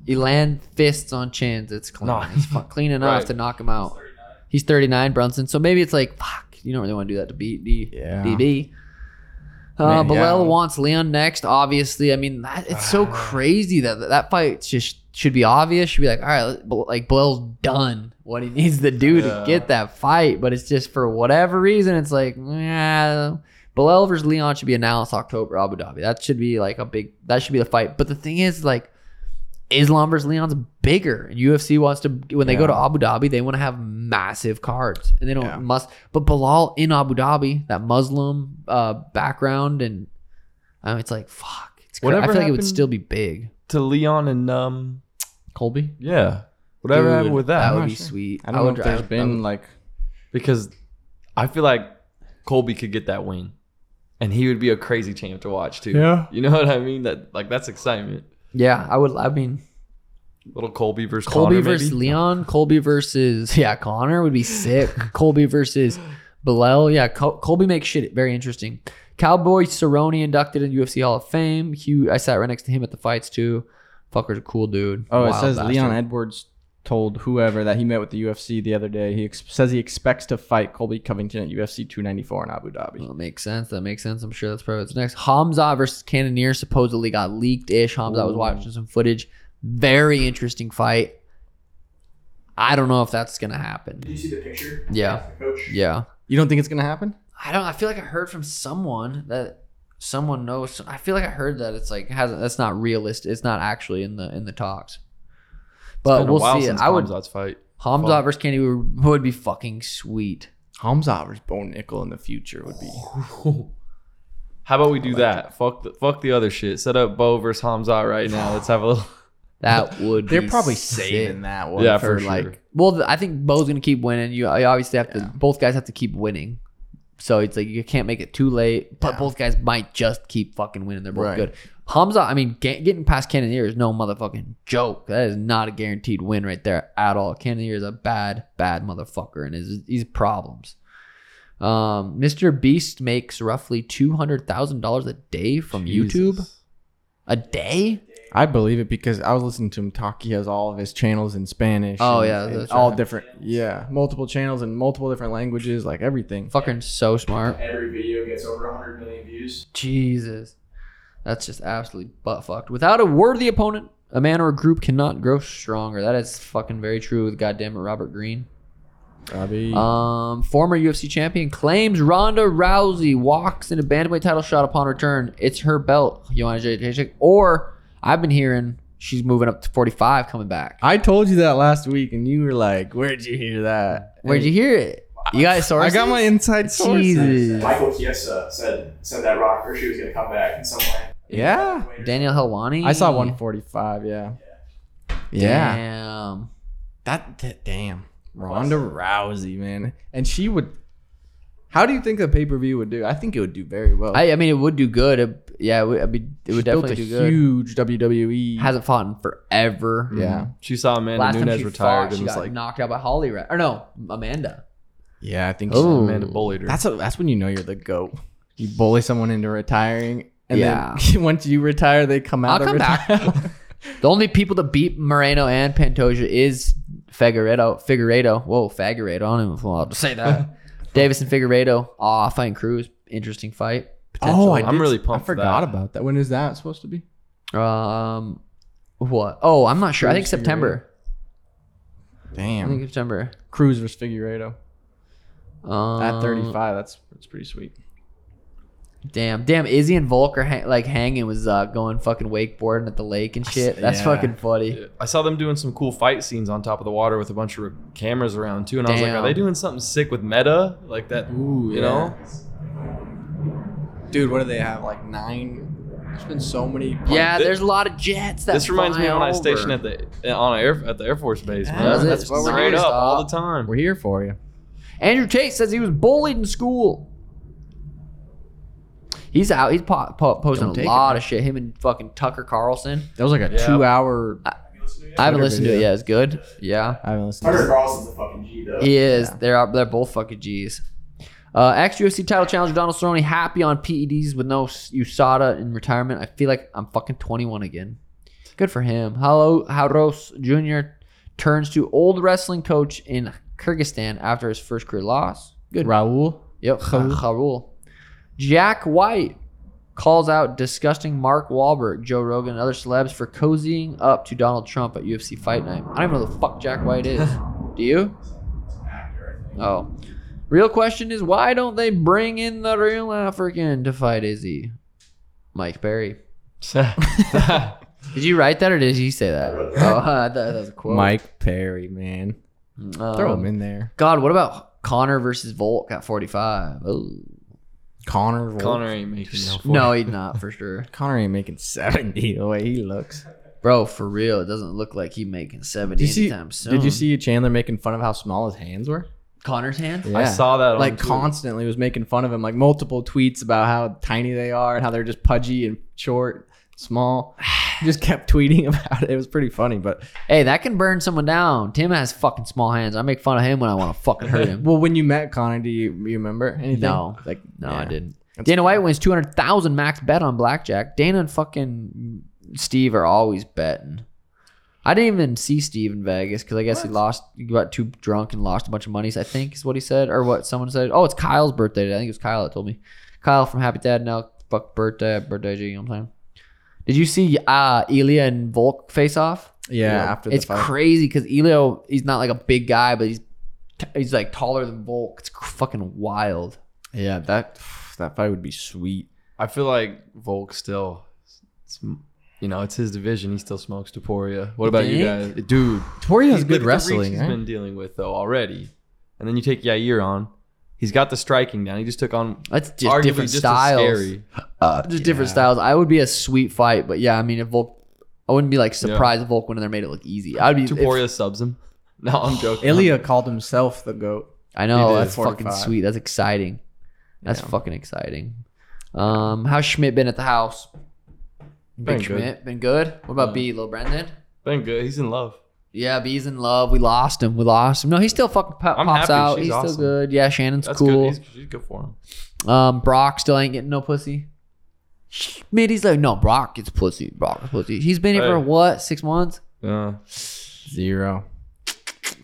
you land fists on chins. It's clean. No. It's fu- *laughs* clean enough Right. to knock him out. He's 39, Brunson. So maybe it's like, fuck, you don't really want to do that to BD. Yeah. DB. Uh, Man, yeah. Bilal wants Leon next. Obviously, I mean that, it's *sighs* so crazy that that fight just should be obvious. Should be like, all right, Bil- like Bilal's done what he *laughs* needs to do to Yeah. get that fight, but it's just for whatever reason, it's like, yeah, Bilal versus Leon should be announced October Abu Dhabi. That should be like a big. That should be the fight. But the thing is, like, Islam versus Leon's bigger, and UFC wants to when they go Yeah. to Abu Dhabi, they want to have massive cards, and they don't Yeah. must. But Bilal in Abu Dhabi, that Muslim uh, background, and um, it's like fuck. It's cra- I Whatever feel like it would happened- still be big. to Leon and um Colby, yeah. Whatever Dude, happened with that? that I'm would not be sure. sweet. I don't know would if dri- there's would- been like because I feel like Colby could get that win. And he would be a crazy champ to watch too. Yeah. You know *laughs* what I mean? That like that's excitement. yeah, I would. I mean, Little Colby versus Colby Connor, versus maybe? Leon, Colby versus *laughs* yeah, Connor would be *laughs* sick. Colby versus Bilal, yeah, Col- Colby makes shit very interesting. Cowboy Cerrone inducted in UFC Hall of Fame. Hugh, I sat right next to him at the fights too. Fucker's a cool dude. Oh, it Wild says bastard. Leon Edwards told whoever that he met with the UFC the other day. He ex- says he expects to fight Colby Covington at UFC 294 in Abu Dhabi. Well, that makes sense. That makes sense. I'm sure that's probably what's next. Hamza versus Cannoneer supposedly got leaked ish. Hamza was Ooh. watching some footage. Very interesting fight. I don't know if that's gonna Did happen. you see the picture? Yeah. The coach. Yeah. You don't think it's gonna happen? I don't. I feel like I heard from someone that someone knows. I feel like I heard that it's like has that's not realistic. It's not actually in the in the talks. But Been a we'll while see. It. since I would Hamzat's fight. Hamza fought. versus Candy would, would be fucking sweet. Hamza versus Bo Nickel in the future would be. How about we do that? Fuck the fuck the other shit. Set up Bo versus Hamza right now. Let's have a *sighs* little. That would. They're be probably sick. saving that one *laughs* Yeah, for, for sure. like Well, th- I think Bo's gonna keep winning. You you obviously have to. Both guys have to keep winning. So it's like you can't make it too late, but Yeah. both guys might just keep fucking winning. They're both Right. good. Hamza, I mean, ga- getting past Cannoneer is no motherfucking joke. That is not a guaranteed win right there at all. Cannoneer is a bad, bad motherfucker and is he's problems. Um, Mr. Beast makes roughly two hundred thousand dollars a day from YouTube. A day? I believe it because I was listening to him talk. He has all of his channels in Spanish. Oh, and- yeah, and that's all right. different. Yeah, multiple channels and multiple different languages, like everything. Fucking so smart. Every video gets over 100 million views. Jesus. That's just absolutely butt fucked. Without a worthy opponent, a man or a group cannot grow stronger. That is fucking very true with goddamn it Robert Green. Robbie, Um, former UFC champion claims Ronda Rousey walks in a bantamweight title shot upon return. It's her belt, Joanna Jacek. Or I've been hearing she's moving up to 45 coming back. I told you that last week, and you were like, "Where'd you hear that? Where'd you hear it? You got I sources? got my inside sources. Jesus. Michael Chiesa said said that Rocker she was gonna come back in some way. Yeah, Daniel Helwani. I saw 145. Yeah, yeah. Damn. That, that damn Ronda Rousey, man, and she would. How do you think the pay per view would do? I think it would do very well. I, I mean, it would do good. It, yeah, it would, I mean, it would She built definitely do a good. huge WWE. hasn't fought in forever. yeah, She saw Amanda Last time Nunes she retired fought, she and was got like, knocked out by Holly, Ra- or no, Amanda. yeah. I think. Oh. Amanda bullied her. That's a, that's when you know you're the goat. You bully someone into retiring, and Yeah. then *laughs* once you retire, they come out. I'll of come back. *laughs* retirement. The only people that beat Moreno and Pantoja is Figueredo. Figueredo. Whoa, Figueredo. I don't even know if I'm allowed to say *laughs* that. Davis and Figueredo. Aw, fighting Cruz. Interesting fight. oh, potentially. I I'm did- really pumped I for forgot that. about that. When is that supposed to be? Um, what? Oh, I'm not sure. I think Cruz, September. I think Damn, September. Cruz versus Figueredo Um, at 35. That's that's pretty sweet. Damn, damn. Izzy and Volk are hang- like hanging was uh, going fucking wakeboarding at the lake and shit. That's Yeah. fucking funny. I saw them doing some cool fight scenes on top of the water with a bunch of cameras around too, and I was like, Damn. are they doing something sick with meta like that? Ooh, you know, dude, what do they have? Like nine. There's been so many. Yeah, thi- there's a lot of jets. That this reminds me fly of when I over. stationed at the on an air at the Air Force Base. Yeah. Man. Does it? That's That's what we're straight doing, up all stop. the time. we're here for you. Andrew Tate says he was bullied in school. He's out. He's po- po- posting Don't a take lot of shit. Him and fucking Tucker Carlson. That was like a Yeah. two-hour. Have you listened to it? I haven't Twitter listened to it video. yet. It's good. Yeah, I haven't listened. Tucker To Carlson's a fucking G though. he is. They're out- they're both fucking G's. Uh, ex UFC title challenger Donald Cerrone happy on PEDs with no s- USADA in retirement. I feel like I'm fucking 21 again. Good for him. Hello, Haros Jr. turns to old wrestling coach in Kyrgyzstan after his first career loss. it. Raul. Yep, Harul. Jack White calls out disgusting Mark Wahlberg, Joe Rogan, and other celebs for cozying up to Donald Trump at UFC Fight Night. I don't even know the fuck Jack White is. Do you? Actor, I think. Oh. Real question is why don't they bring in the real African to fight Izzy? Mike Berry. *laughs* Did you write that or did he say that? Oh, *laughs* I thought that was a quote. Mike Perry, man. Um, Throw him in there. God, what about Connor versus Volk at 45? Ooh. Connor. Volk. Connor ain't making no. form. No, he's not for sure. Connor ain't making *laughs* 70 the way he looks. Bro, for real, it doesn't look like he making Did seventy you, see, anytime soon. did you see Chandler making fun of how small his hands were? Connor's hand? I saw that on Like Twitter. constantly was making fun of him, like multiple tweets about how tiny they are and how they're just pudgy and short, small. *sighs* He just kept tweeting *laughs* about it. It was pretty funny, but Hey, that can burn someone down. Tim has fucking small hands. I make fun of him when I want to fucking hurt him. *laughs* well, when you met Connor, do you, you remember anything? No. like No, yeah. I didn't. That's Dana White wins two hundred thousand max bet on blackjack. Dana and fucking Steve are always betting. I didn't even see Steve in Vegas because I guess he lost. He got too drunk and lost a bunch of monies. I think is what he said, or what someone said. Oh, it's Kyle's birthday. Today. I think it was Kyle that told me. Kyle from Happy Dad now. Fuck birthday, birthday. You know what I'm saying? Did you see uh Elia and Volk face off? Yeah, after the it's fight. crazy because Elio he's not like a big guy, but he's t- he's like taller than Volk. It's cr- fucking wild. yeah, that that fight would be sweet. I feel like Volk still, it's- you know, it's his division. He still smokes Taporia. What about you guys, think? dude? Tori he's has good look at the reach wrestling. eh? He's eh? right? been dealing with though already, and then you take Yair on. He's got the striking down. He just took on That's just arguably different just as styles. Scary. Uh, just different styles. I would be a sweet fight, but yeah, I mean, if Volk, I wouldn't be like surprised if Volk went in there and made it look easy. I'd be. If, Taporia subs him. *laughs* No, I'm joking. Ilya called himself the goat. I know He did. that's fucking 45. sweet. That's exciting. That's Yeah. fucking exciting. Um, how's Schmidt been at the house? Big Been good. Schmidt been good. What about B? Little Brendan. Been good. He's in love. Yeah, B's in love. We lost him. We lost him. No, he still fucking pop, I'm pops happy. out. She's He's awesome. still good. Yeah, Shannon's That's cool. good. He's, she's good for him. Um, Brock still ain't getting no pussy. Mitty's like, no, Brock gets pussy. Brock gets pussy. He's been here for Hey. what, six months? Yeah. Zero.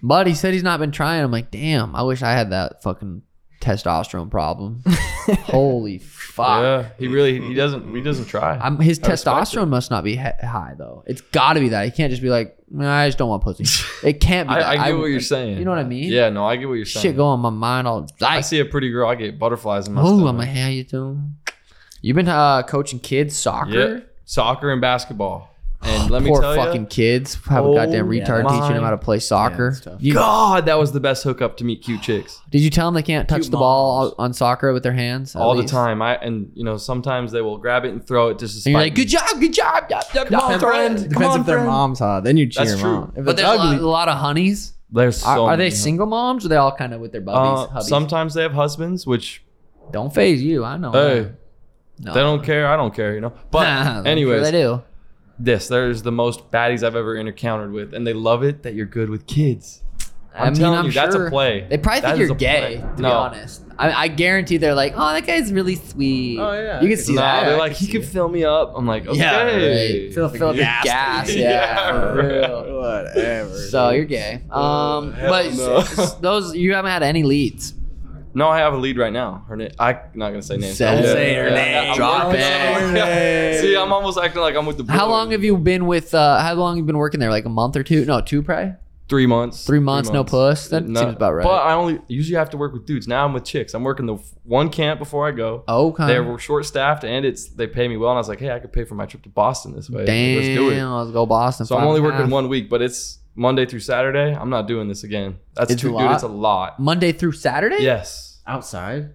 But he said he's not been trying. I'm like, damn, I wish I had that fucking testosterone *laughs* problem. Holy fuck. yeah. He really he doesn't he doesn't try. I'm, his I respect testosterone must not be he- high though. It's got to be that. He can't just be like, nah, I just don't want *laughs* pussy. It can't be. I, that. I get what you're I- saying. You know what I mean? Yeah, no, I get what you're saying. Shit go on my mind all I like, see a pretty girl, I get butterflies in my oh, stomach. I'm like, how you doing? You've been uh, coaching kids soccer. Yeah, soccer and basketball. And let me Poor tell fucking you, kids have a goddamn Oh retard my teaching them how to play soccer. it's tough. You- God, that was the best hookup to meet cute chicks did you tell them they can't touch Cute the ball moms. on soccer with their hands at all the least? time. I and you know sometimes they will grab it and throw it just. To And you're spite like, me. good job, good job, yup, yup, yup, on, throw it." friend. Depends Come on, if their friend. mom's hot. Then you cheer That's them true. on. If But it's there's a ugly, lot, a lot of honeys. There's so Are, are they many. single moms? Or they all kind of with their Uh, buddies? hubbies? sometimes they have husbands, which don't phase you. I know. hey, no. *laughs* they don't care. I don't care, you know. But anyways, they do. this there's the most baddies I've ever encountered with, and they love it that you're good with kids. I'm I mean, telling I'm you, that's a sure- play. They probably That think is you're a gay. play. To No. be honest, I, I guarantee they're like, oh, that guy's really sweet. Oh, yeah, you I can could see no, that. they're like he could fill me up. I'm like, okay, Yeah, right. Fill, fill up your *laughs* Gas. *laughs* gas. Yeah, Yeah, for real. Whatever. So you're gay. Um, Uh, hell but no. s- *laughs* s- those you haven't had any leads. No, I have a lead right now. Her name. I'm not gonna say names. Say I'm it. good. Say her name. I'm Drop *laughs* almost- it. See, I'm almost acting like I'm with the. How boys. long have you been with? Uh, how long you been working there? Like a month or two? No, two probably. Three months. Three months, no puss? That seems about right. But I only usually have to work with dudes. Now I'm with chicks. I'm working the f- one camp before I go. Oh, kind. They were short staffed and it's they pay me well. And I was like, hey, I could pay for my trip to Boston this way. Damn, Let's do it. let's go Boston. So I'm five only and a working half. one week, but it's Monday through Saturday. I'm not doing this again. That's It's too a dude. lot? It's a lot. Monday through Saturday. Yes. outside.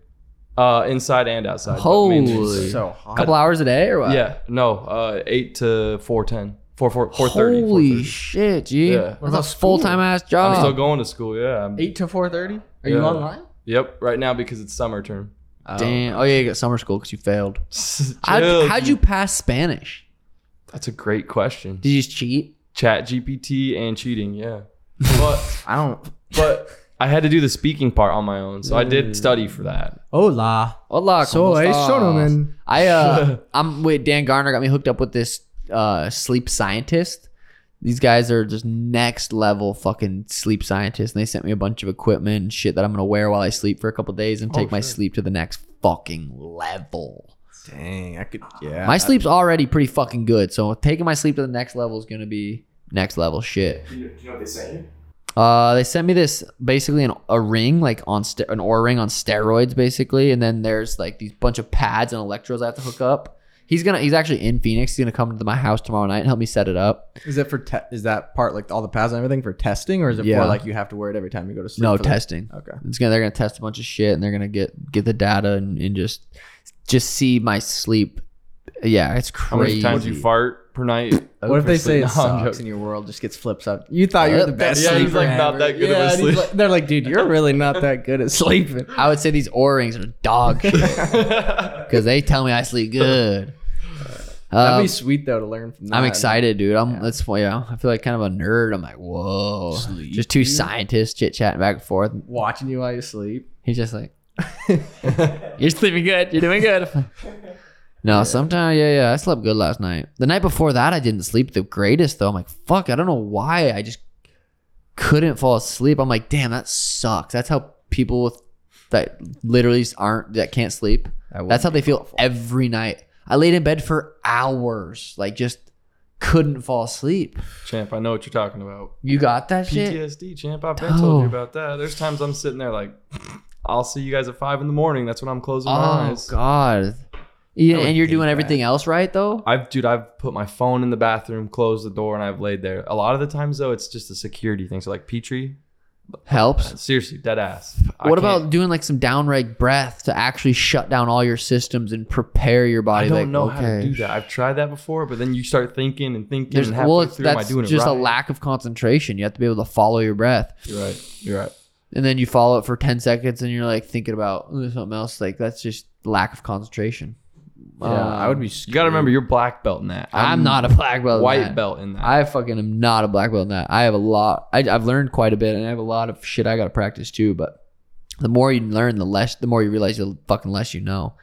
Uh, inside and outside. but Holy. mainly inside. Really? So A hot. couple hours a day or what? Yeah. No. Uh, eight to four ten. Four four four thirty. Holy shit, Oh. G. Yeah. Yeah. What That's a full time ass job. I'm still going to school. Yeah. I'm- Eight to four thirty. Are Yeah. you online? Yep. Right now because it's summer term. *laughs* Damn. Oh yeah, you got summer school because you failed. Chill, How'd, how'd dude. you pass Spanish? That's a great question. Did you just cheat? Chat GPT and cheating. *laughs* Yeah. But I don't. but I had to do the speaking part on my own, so I did stuy for that. Hola. Hola, ¿cómo estás? I *laughs* uh, I'm with Dan Garner got me hooked up with this uh sleep scientist. These guys are just next level fucking sleep scientists, and they sent me a bunch of equipment and shit that I'm gonna wear while I sleep for a couple days Oh, and take my sleep to the next fucking level. Dang, I could. Yeah. My sleep's already pretty fucking good, so taking my sleep to the next level is gonna be next level shit. Do you, do you know what they sent you? Uh, they sent me this basically an, a ring like on st- an or ring on steroids basically, and then there's like these bunch of pads and electrodes I have to hook up. He's gonna he's actually in Phoenix. He's gonna come to my house tomorrow night and help me set it up. is it for? Te- is that part like all the pads and everything for testing, or is it Yeah. for like you have to wear it every time you go to sleep? No for the- testing. Okay. It's gonna they're gonna test a bunch of shit and they're gonna get get the data and, and just just see my sleep. Yeah, it's How many crazy. times you fart per night? *laughs* What if they say it *laughs* No, I'm sucks joking. and your world just gets flips up? You thought you were the Uh, best. yeah, he's sleeper like, not ever. that good of a Yeah, and he's sleeper. like- they're like, dude, you're really not that good at sleeping. I would say these or rings are dog *laughs* shit because they tell me I sleep good. That'd Um, be sweet though to learn from. that. I'm excited, dude. I'm Yeah. that's why yeah, I feel like kind of a nerd. I'm like, whoa, Sleep, just two dude. scientists chit chatting back and forth. Watching you while you sleep. He's just *laughs* like, you're sleeping good. You're doing good. No, sometimes yeah, yeah. I slept good last night. The night before that, I didn't sleep the greatest though. I'm like, fuck, I don't know why. I just couldn't fall asleep. I'm like, damn, that sucks. That's how people with that literally aren't that can't sleep. That's how they feel every night. I laid in bed for hours, like just couldn't fall asleep. champ, I know what you're talking about. You got that shit? PTSD, champ. I've been told Oh. you about that. There's times I'm sitting there like, I'll see you guys at five in the morning. That's when I'm closing my Oh eyes. god. Yeah, I would and you're hate doing that. everything else right though. I've dude, I've put my phone in the bathroom, closed the door, and I've laid there. A lot of the times though, it's just a security thing. So like Petrie, Helps. seriously, dead ass. I What can't- about doing like some downright breath to actually shut down all your systems and prepare your I body? don't like, know okay. how to do that. I've tried that before, but then you start thinking and thinking. There's, and halfway well, it's, through, am I that's doing it just a right? lack of concentration. You have to be able to follow your breath, You're right. You're right. and then you follow it for ten seconds, and you're like thinking about "Ooh, something else. Like that's just lack of concentration. Yeah, I would be. You gotta screwed. remember, you're black belt in that. I'm, not a black belt. in white that. belt in that. I fucking am not a black belt in that. I have a lot. I, I've learned quite a bit, and I have a lot of shit I got to practice too. But the more you learn, the less, the more you realize, the fucking less you know.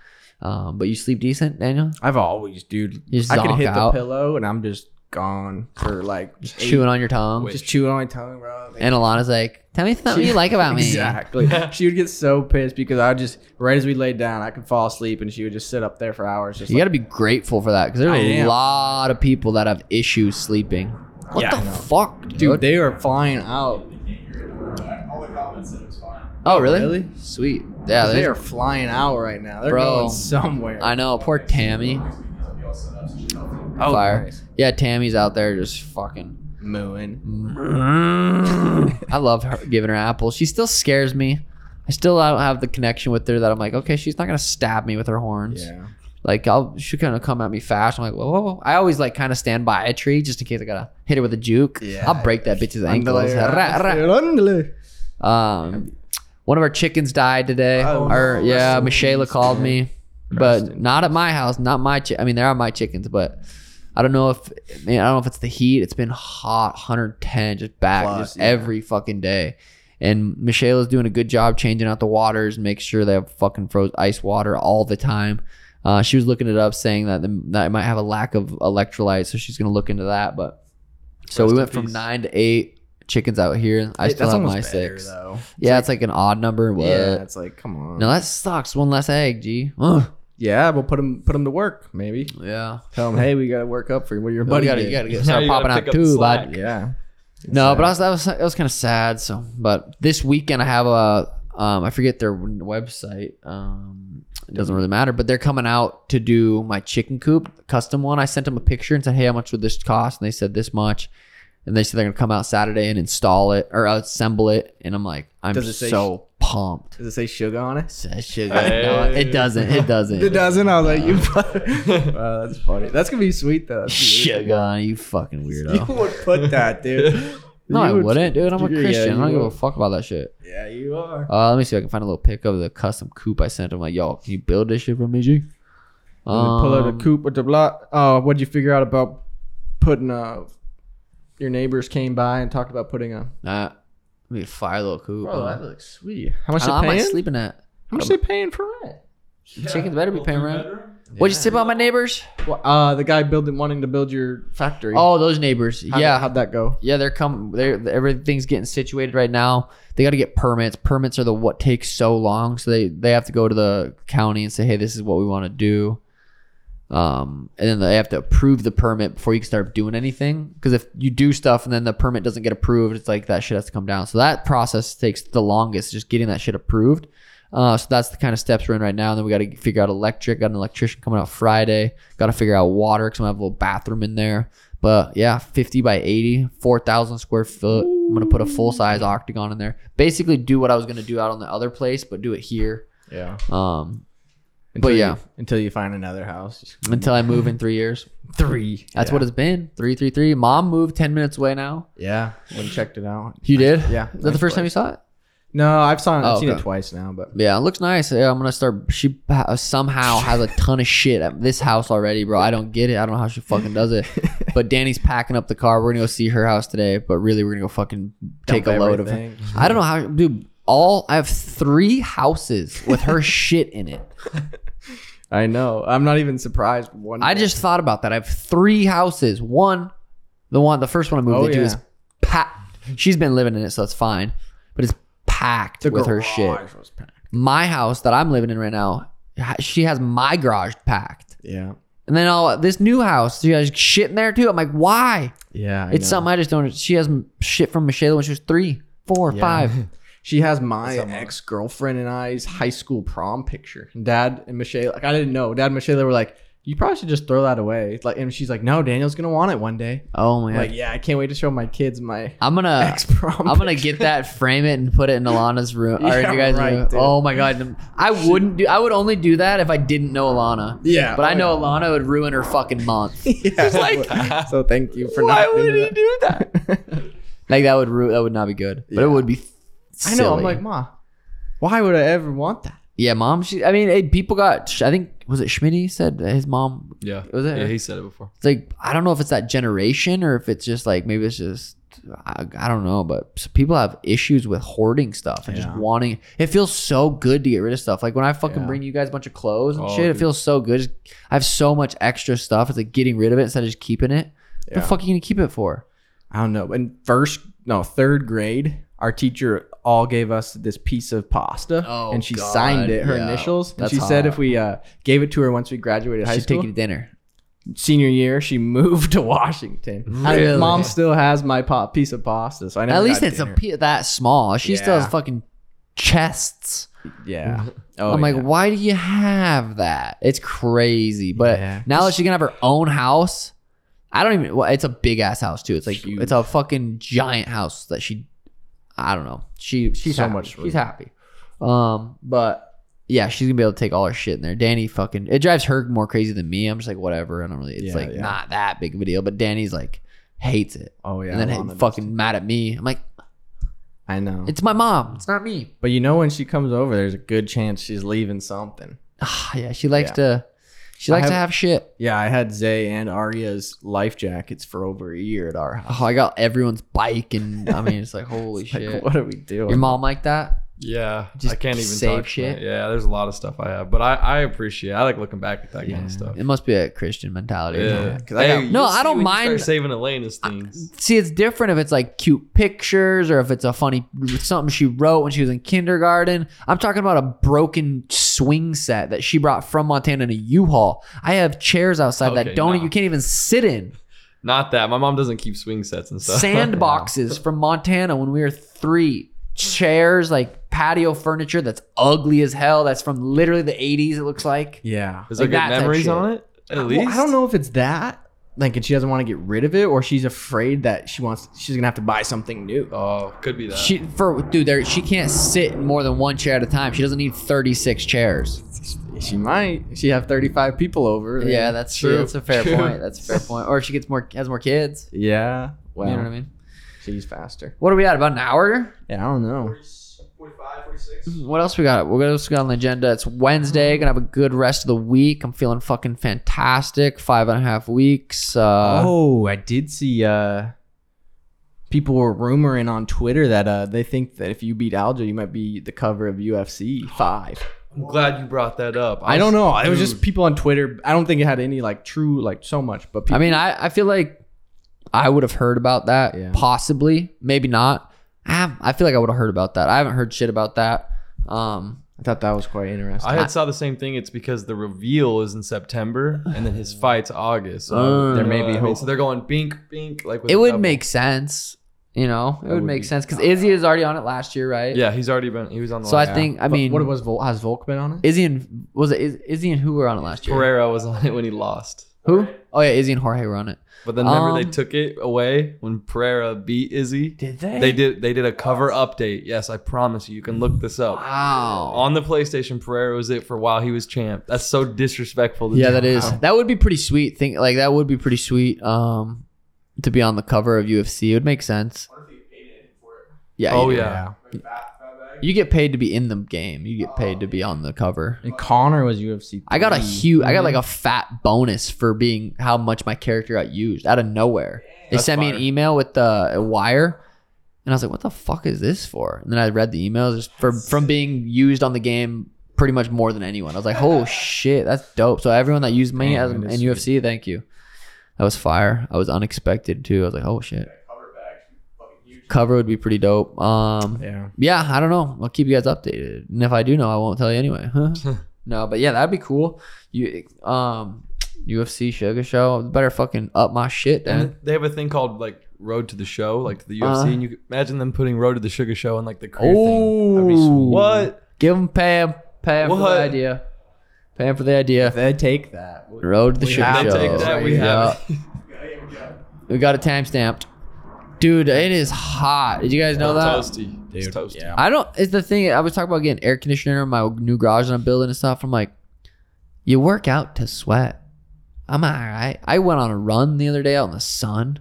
Um, but you sleep decent, Daniel. I've always, dude. You just I can zonk hit out. the pillow and I'm just gone for like Just eight- chewing on your tongue. just chewing on my tongue, bro. and Alana's like, "Tell me something you like about me." *laughs* Exactly. she would get so pissed because I would just right as we laid down, I could fall asleep and she would just sit up there for hours. Just You got like, to be grateful for that because there's I a am. lot of people that have issues sleeping. What Yeah, I the know. fuck, dude? dude, they are flying out. All the comments said it was fine. oh, really? Really? Sweet. Yeah, they they are flying out right now. They're Bro. going somewhere. I know. Poor Tammy. Oh, Fire. nice. Yeah, Tammy's out there just fucking. Mooing. I love her giving her apples. She still scares me. I still don't have the connection with her that I'm like, okay, she's not gonna stab me with her horns. Yeah. Like I'll she kind of come at me fast. I'm like, whoa, whoa, whoa. I always like kind of stand by a tree just in case I gotta hit her with a juke. Yeah. I'll break that bitch's ankles. Underlay, Ra, ra. underlay. Um, one of our chickens died today. Oh, or no. yeah, Rest in Michaela peace, called man. me, Rest but in not at my house. Not my. Chi- I mean, they are my chickens, but I don't know if man, I don't know if it's the heat. It's been hot, 110, just back, Plus, just yeah. every fucking day. And Michaela's doing a good job changing out the waters, make sure they have fucking froze ice water all the time. Uh, she was looking it up, saying that, the, that it might have a lack of electrolytes, so she's gonna look into that. But so Rest we in went from peace. nine to eight chickens out here. I Hey, still that's have almost my better, six. though. Yeah, it's like an odd number. What? Yeah, it's like come on. No, that sucks. One less egg, G. Ugh. Yeah, we'll put him put him to work. Maybe Yeah. tell him, hey, we gotta work up for what your But buddy you gotta, did. you gotta get, Now *laughs* start you gotta popping out pick up too, slack. bud. *laughs* Yeah. No, but Exactly. also that was that was kind of sad. So, but this weekend I have a um I forget their website. Um, it doesn't really matter. But they're coming out to do my chicken coop custom one. I sent them a picture and said, hey, how much would this cost? And they said this much. And they said they're gonna come out Saturday and install it or assemble it. And I'm like, I'm Does it say- so pumped. Does it say sugar on it? Says sugar. No, it doesn't. It doesn't. It doesn't. I was like, you. *laughs* fu- wow, that's funny. That's gonna be *laughs* sweet though. That's Shit, God, you fucking weird. *laughs* You weirdo. would put that, *laughs* dude. No, You I would- wouldn't, dude. I'm a Yeah, Christian. I you don't give a would. fuck about that shit. Yeah, you are. Uh, let me see if I can find a little pic of the custom coupe I sent him. Like, yo, can you build this shit for me, G? Um, pull out Um, a coupe with the block. Uh, what'd you figure out about putting uh? Your neighbors came by and talked about putting a. Nah, let me fire a little coupe. Uh, looks sweet. How much I, they am I paying? sleeping at? How much they paying for rent? Chickens better be Well, paying three rent. bedroom? What'd you say about my neighbors? Well, uh, the guy building wanting to build your factory. Oh, those neighbors. How'd- yeah, how'd that go? yeah. They're come. They're everything's getting situated right now. They got to get permits. Permits are the what takes so long. So they they have to go to the county and say, hey, this is what we want to do. Um, and then they have to approve the permit before you can start doing anything. Because if you do stuff and then the permit doesn't get approved, it's like that shit has to come down. So that process takes the longest, just getting that shit approved. Uh, so that's the kind of steps we're in right now. And then we got to figure out electric. Got an electrician coming out Friday. Got to figure out water because I'm gonna have a little bathroom in there. But yeah, 50 by 80, 4,000 square foot. I'm gonna put a full size octagon in there. Basically, do what I was gonna do out on the other place, but do it here. Yeah. Um, Until But you- yeah. until you find another house. until I move in three years. Three. That's what it's been. Three, three, three. Mom moved ten minutes away now. Yeah, when checked it out. You did? Yeah. Is that the first time you saw it? No, I've saw it, Oh, I've seen okay. it twice now, but Yeah, it looks nice. Yeah, I'm gonna start. She ha- somehow has a ton of shit at this house already, bro. I don't get it. I don't know how she fucking does *laughs* it. But Danny's packing up the car. We're gonna go see her house today. But really, we're gonna go fucking take a load of. everything. I don't know how, dude. All I have three houses with *laughs* her shit in it. I know. I'm not even surprised. One. I just thought about that. I have three houses. One, the one, the first one I moved Oh, into yeah. is packed. She's been living in it, so it's fine. But it's packed with her shit. garage was packed. My house that I'm living in right now, ha- she has my garage packed. Yeah. And then all this new house, she has shit in there too. I'm like, why? Yeah. I it's know. something I just don't. She has m- shit from Michelle when she was three, four, *laughs* Yeah. five. She has my Someone. ex girlfriend and I's high school prom picture. Dad and Michelle, like I didn't know. Dad and Michelle were like, "You probably should just throw that away." Like, and she's like, "No, Daniel's gonna want it one day." Oh my I'm god. like, yeah, I can't wait to show my kids my *laughs* I'm gonna ex prom. I'm gonna get that, frame it, and put it in Alana's room. Or in Yeah, you guys' right, room. dude. Oh my god, I wouldn't do. I would only do that if I didn't know Alana. *laughs* Yeah, But I oh, know Alana would ruin her fucking month. *laughs* Yeah. like, *laughs* so thank you for Why not would doing he do that? that. Like that would ru- that would not be good. But Yeah. it would be. *laughs* I know. I'm silly. like, ma, why would I ever want that? yeah, mom. She. I mean, hey, people got. sh- I think was it Schmitty said that his mom. Yeah. Was it- Yeah, he said it before. It's like I don't know if it's that generation or if it's just like maybe it's just. I, I don't know, but s- people have issues with hoarding stuff and Yeah. just wanting. It feels so good to get rid of stuff. Like when I fucking Yeah. bring you guys a bunch of clothes and Oh, shit, dude. it feels so good. Just- I have so much extra stuff. It's like getting rid of it instead of just keeping it. What the Yeah. fuck are you gonna keep it for? I don't know. In first, no, third grade, our teacher all gave us this piece of pasta, Oh, and she God, signed it, her yeah. initials, and That's she said hot. if we uh, gave it to her once we graduated high She's school, taking to dinner. senior year, she *laughs* moved to Washington. I- Really? Mom still has my pa- piece of pasta, so I never At least got it's dinner. a pe- that small. She still Yeah. has fucking chests. *laughs* yeah. Oh, I'm like, yeah. why do you have that? It's crazy. But Yeah. now that she can have her own house, I don't even. Well, it's a big ass house too. It's like Huge. it's a fucking giant house that she. I don't know. She she's So happy. much room. She's happy. Um, but yeah, she's gonna be able to take all her shit in there. Danny fucking it drives her more crazy than me. I'm just like whatever. I don't really. It's Yeah, like yeah. not that big of a deal. But Danny's like hates it. oh yeah, and then Lana he does. fucking mad at me. I'm like, I know. it's my mom. It's not me. *sighs* but you know when she comes over, there's a good chance she's leaving something. Ah, yeah, she likes Yeah. to. She I likes to have- have shit. Yeah, I had Zay and Arya's life jackets for over a year at our house. Oh, I got everyone's bike, and I mean, it's like, holy shit. Like, what are we doing? Your mom like that? Yeah, Just I can't even save talk shit. shit. Yeah, there's a lot of stuff I have, but I, I appreciate. I like looking back at that kind of stuff. It must be a Christian mentality. Yeah, 'cause I got- No, you'll I see don't when you mind- start saving Elena's things. See, it's different if it's like cute pictures or if it's a funny something she wrote when she was in kindergarten. I'm talking about a broken swing set that she brought from Montana in a U-Haul. I have chairs outside Okay, that don't e-, nah. you can't even sit in. Not that my mom doesn't keep swing sets and stuff. *laughs* Sandboxes from Montana when we were three. Chairs like patio furniture that's ugly as hell. That's from literally the 80s. It looks like. Yeah. Is there Like good that type memories shit. on it? At Well, least I don't know if it's that. Like, and she doesn't want to get rid of it, or she's afraid that she wants she's gonna have to buy something new. Oh, could be that. She for dude, there she can't sit in more than one chair at a time. She doesn't need thirty six chairs. She might. She have thirty five people over. Yeah, that's True. true. That's a fair True. point. That's a fair point. Or if she gets more has more kids. yeah. Well, You know what I mean? she's faster. What are we at? About an hour? Yeah, I don't know. 45, 46. What else we got? What else we got on the agenda? It's Wednesday. Gonna have a good rest of the week. I'm feeling fucking fantastic. Five and a half weeks. Uh, oh, I did see. uh People were rumoring on Twitter that uh they think that if you beat Aljo, you might be the cover of UFC five. I'm glad you brought that up. I was- don't know. It was Dude. just people on Twitter. I don't think it had any like true like so much, but people, I mean, I, I feel like I would have heard about that. Yeah. Possibly, maybe not. Ah, I feel like I would have heard about that. I haven't heard shit about that. Um, I thought that was quite interesting. I had saw the same thing. It's because the reveal is in September, and then *sighs* his fight's August. So Uh, There may you know be what I mean? hope. So they're going bink, bink. Like with it the would double. make sense. You know, it That would, would make be- sense because Izzy is already on it last year, right? Yeah, he's already been. He was on the. So I last- think I But mean, what was Vol- has Volk been on it? Izzy and was it Iz- Izzy and who were on it last year? Pereira was on it when he lost. Who? Oh yeah, Izzy and Jorge were on it. But then remember they Um, took it away when Pereira beat Izzy. Did they? They did. They did a cover update. Yes, I promise you. You can look this up. Wow. On the PlayStation, Pereira was it for a while. He was champ. That's so disrespectful. To Yeah, do. that is. That would be pretty sweet. Think like that would be pretty sweet. Um, to be on the cover of UFC, it would make sense. I wonder if he paid anything for it. Yeah. Oh you- yeah. Like fat, fat bag. You get paid to be in the game. You get paid to be on the cover. And Connor was UFC. I got a three. huge, I got Mm-hmm. like a fat bonus for being how much my character got used out of nowhere. They That's sent me fire. an email with the wire, and I was like, "What the fuck is this for?" And then I read the email just for from being used on the game pretty much more than anyone. I was like, "Oh shit, that's dope!" So everyone that used me Damn, as that in is UFC, thank you. That was fire. I was unexpected too. I was like, "Oh shit." That cover bag. Fucking huge. Cover would be pretty dope. Um, Yeah. yeah, I don't know. I'll keep you guys updated. And if I do know, I won't tell you *laughs* anyway. *laughs* Huh? no, but yeah, that'd be cool. You um UFC Sugar Show. Better fucking up my shit, And then. they have a thing called like Road to the Show, like the UFC, Uh. and you could- imagine them putting Road to the Sugar Show in like the career thing. Oh, What? Give him Pam. Pam for What? the idea. Pam for the idea. They take that. Road to the We Sugar have to They Show. take that. We Yeah. have it. We got it time stamped. Dude, it is hot. Did you guys *laughs* know that? Toasty. It's Dude, toasty. yeah. I don't. It's the thing I was talking about getting air conditioner in my new garage that I'm building and stuff. I'm like, you work out to sweat. I'm all right. I went on a run the other day out in the sun,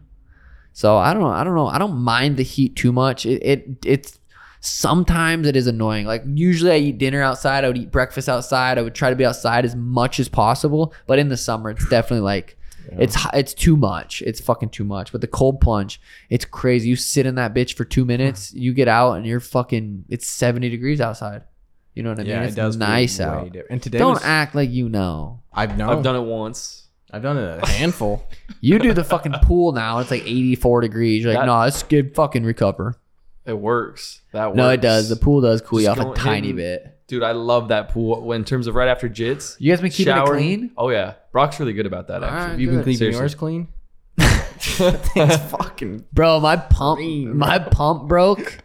so I don't. I don't know. I don't mind the heat too much. It. it it's sometimes it is annoying. Like usually I eat dinner outside. I would eat breakfast outside. I would try to be outside as much as possible. But in the summer, it's definitely like. It's hi- it's too much. It's fucking too much. But the cold plunge, it's crazy. You sit in that bitch for two *sighs* minutes, you get out, and you're fucking. It's seventy degrees outside. You know what I mean? It's feel nice way out. different. And today, Don't was- act like you know. I've known. I've done it once. I've *laughs* done it a handful. You do the *laughs* fucking pool now. It's like eighty four degrees. You're like, That- no, it's good. Fucking recover. It works. That works. No, it does. The pool does cool you off Just a don't tiny hit me. bit. Dude, I love that pool. When- In terms of right after jits, You guys been keeping shower. it clean? Oh yeah, Brock's really good about that. All Actually, right, Have you been good. keeping Seriously. yours clean? fucking. Bro, my pump, my pump broke.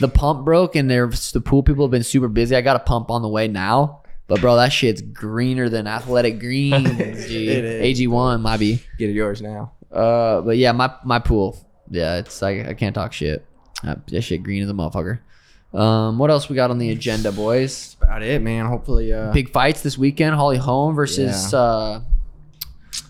The pump broke, and there's the pool people have been super busy. I got a pump on the way now, but bro, that shit's greener than athletic greens. G. It is. AG one might be. Get yours now. Uh, but yeah, my my pool. Yeah, it's like I can't talk shit. Uh, That shit green as a motherfucker. Um, what else we got on the agenda, boys? About it, man. Hopefully, uh, Big fights this weekend. Holly Holm versus uh,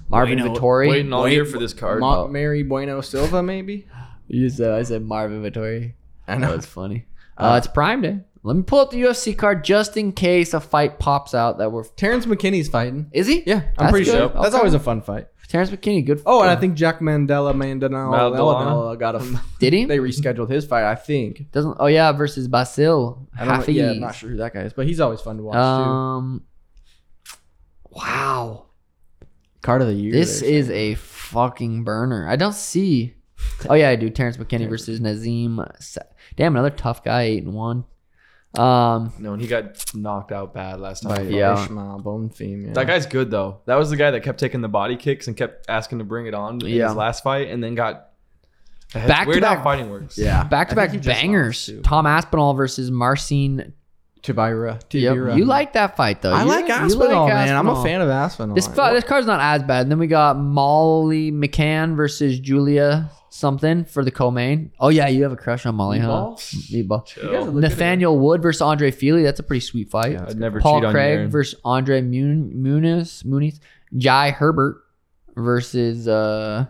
Marvin Bueno- Vittori. Waiting all Wait, year for this card. Oh, Ma- Mary Bueno Silva, maybe. You said I said Marvin Vittori. *laughs* I That know. was *laughs* funny. Uh, it's Prime Day. Let me pull up the UFC card just in case a fight pops out that we're. Terrence McKinney's fighting. Is he? Yeah, I'm That's pretty sure. good. That's Okay. always a fun fight. Terrence McKinney, good. Oh, and I think Jack Mandela Mandanao Mandela. *laughs* Mandela got a. did he? they rescheduled his fight, I think. Doesn't. Oh yeah, versus Basil I don't, yeah, I'm Hafiz. not sure who that guy is, but he's always fun to watch Um. Wow. too. Card of the year. This there, so. is a fucking burner. I don't see. Oh yeah, I do. Terrence McKinney versus Nazim. Sa- Damn, another tough guy, eight and one. Um, no, and he got knocked out bad last time. by yeah. Ishmael Bonfim. Yeah. That guy's good though. That was the guy that kept taking the body kicks and kept asking to bring it on in Yeah. his last fight, and then got Back to weird how back- fighting works. Yeah. back to I back think he just bangers. lost, too. Tom Aspinall versus Marcin. Tibira. Tibira. Yep. You like that fight though. I You- like you Aspinall, man. I'm Aspinall. a fan of Aspinall. This fi- this card's not as bad. And then we got Molly McCann versus Julia something for the co-main. Oh yeah, you have a crush on Molly, Meatball? huh? Meatball. Chill. guys are looking- Nathaniel Wood versus Andre Feely. That's a pretty sweet fight. Yeah. I'd never Paul cheat on Craig Craig. versus Andre Mun- Muniz, Muniz, Jai Herbert versus. uh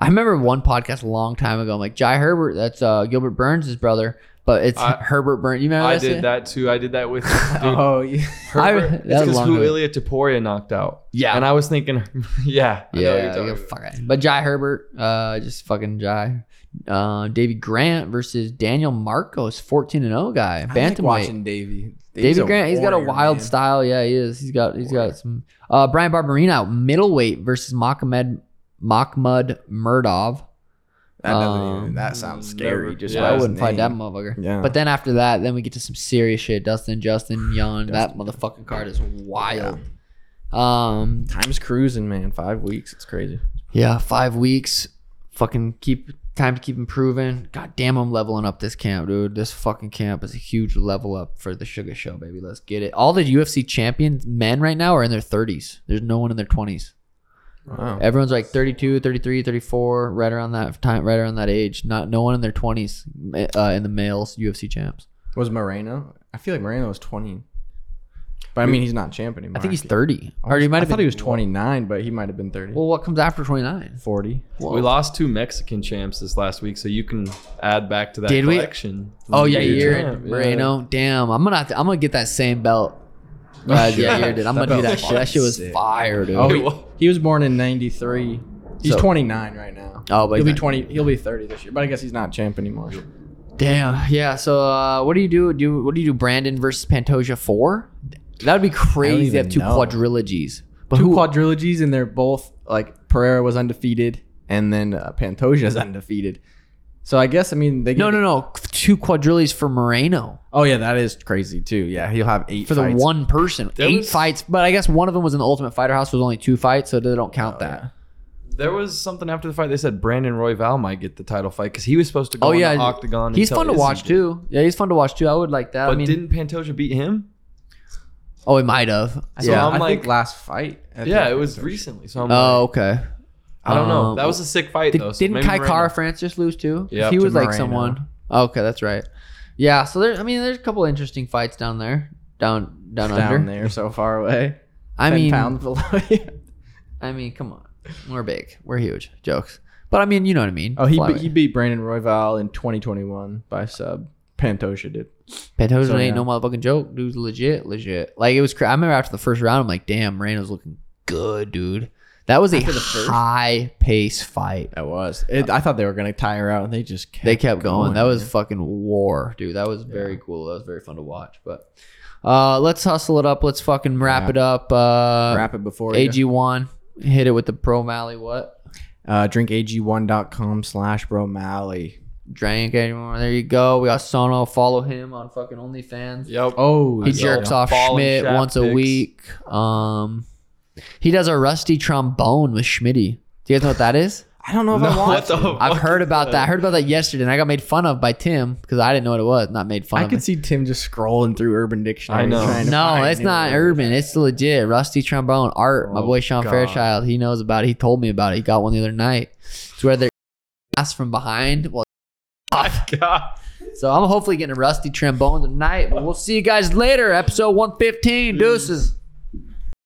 I remember one podcast a long time ago. I'm like Jai Herbert. That's uh Gilbert Burns' brother, but it's I- Herbert Burns. You remember I that shit? did that too. I did *laughs* that with dude, Oh, yeah. I- Herbert. that It's was because long who ago. Ilya Taporia knocked out. Yeah. and I was thinking, *laughs* yeah, I know what you're Yeah, talking yeah, about. fuck it. But Jai Herbert, uh, just fucking Jai. Uh, David Grant versus Daniel Marcos, fourteen and zero guy, I like bantamweight. watching Davey. David Grant, he's got a warrior, wild man. style. Yeah, he is. He's got he's Warrior. got some. Uh, Brian Barberina, middleweight versus Mahmoud Mahmoud Murdov. That, doesn't Um, even, that sounds never- scary. Just Yeah, by I his wouldn't fight that name. motherfucker. Yeah. But then after that, then we get to some serious shit. Dustin, Justin, Young. That motherfucking card is wild. Um, Time's cruising, man. Five weeks. It's crazy. Yeah, five weeks. Fucking keep time to keep improving. God damn, I'm leveling up this camp, dude. This fucking camp is a huge level up for the Sugar Show, baby. Let's get it. All the UFC champions, men right now, are in their 30s. There's no one in their 20s. Oh. Wow. Everyone's like 32, 33, 34, right around that time, right around that age. Not no one in their 20s uh, in the males UFC champs. Was Moreno? I feel like Moreno was 20. But I mean, he's not champ anymore. I think he's 30, or he might I have thought been. he was 29, but he might have been 30. well, what comes after 29? 40. We lost two Mexican champs this last week, so you can add back to that Did we? collection. Oh yeah, Your Yair champ, yeah. Moreno. Damn, I'm gonna have to, I'm gonna get that same *laughs* belt. Uh, yeah, Yair did. I'm That gonna do belt that shit. That shit was sick. fire, dude. Oh, Oh, It he, was- he was born in 93. He's So- Oh, 29 right now. but He'll he's be not- 20. He'll be 30 this year, but I guess he's not champ anymore. Damn, yeah. So uh, what do you do? Do what do you do? Brandon versus Pantoja four? That would be crazy. to have even two know. quadrilogies. But Two who? quadrilogies, and they're both like Pereira was undefeated, and then uh, Pantoja's undefeated. So I guess I mean they no, no, no. Two quadrilogies for Moreno Oh yeah, that is crazy too. Yeah, he'll have eight for the fights. one person. That Eight was- Oh, fights, but I guess one of them was in the Ultimate Fighter House. Was only two fights, so they don't count that. There was something after the fight. They said Brandon Royval might get the title fight because he was supposed to go. Oh in yeah, the octagon. He's until fun to Izzy watch did. too. Yeah, he's fun to watch too. I would like that. But I mean, didn't Pantoja beat him? oh, he might have. So yeah. I'm I like- think last fight. I Yeah, think it was Pantoja. recently. So I'm oh, like, okay. I don't know. um, That was a sick fight Did, though. so didn't maybe Kai Miranda- Kara Francis lose too? 'Cause Yeah, he to was like Moreno. someone. Oh, okay, that's right. Yeah. So there. I mean, there's a couple interesting fights down there. Down down, down under. there, so far away. I 10 mean, pounds below *laughs* you. I mean, come on. We're big. We're huge. Jokes. But I mean, you know what I mean. Oh, he Flyweight. beat, he beat Brandon Royval in 2021 by sub. Pantoja did. Pantoja So, ain't yeah. no motherfucking joke. Dude's legit, legit. Like it was. Cra- I remember after the first round, I'm like, damn, Moreno's looking good, dude. That was a the first? high pace fight. That was. It, I thought they were gonna tie her out, and they just kept They kept going. That was dude. fucking war, dude. That was very cool. That was very fun to watch. But uh, let's hustle it up. Let's fucking wrap Yeah. it up. Uh, wrap it before you. AG1 hit it with the Pro Mally. What Uh, drinkag1.com slash bro Mally. drank anymore? There you go. We got Sono. Follow him on fucking OnlyFans. *laughs* Yep. Oh, He That's jerks all. off Ball and Schmidt shaft once a picks. week. Um, he does a rusty trombone with Schmitty. Do you guys know what that is? I don't know if I No, want. Oh, what the to. fuck I've heard is about that. I heard about that yesterday, and I got made fun of by Tim because I didn't know what it was. Not made fun I of. could see Tim just scrolling through Urban Dictionary. I know. trying to No, find it's new not words. urban. It's legit. Rusty trombone art. My Oh, boy Sean God. Fairchild, he knows about it. He told me about it. He got one the other night. It's where they're ass from behind. Well, *laughs* God. so I'm hopefully getting a rusty trombone tonight. But we'll see you guys later. Episode 115. Deuces.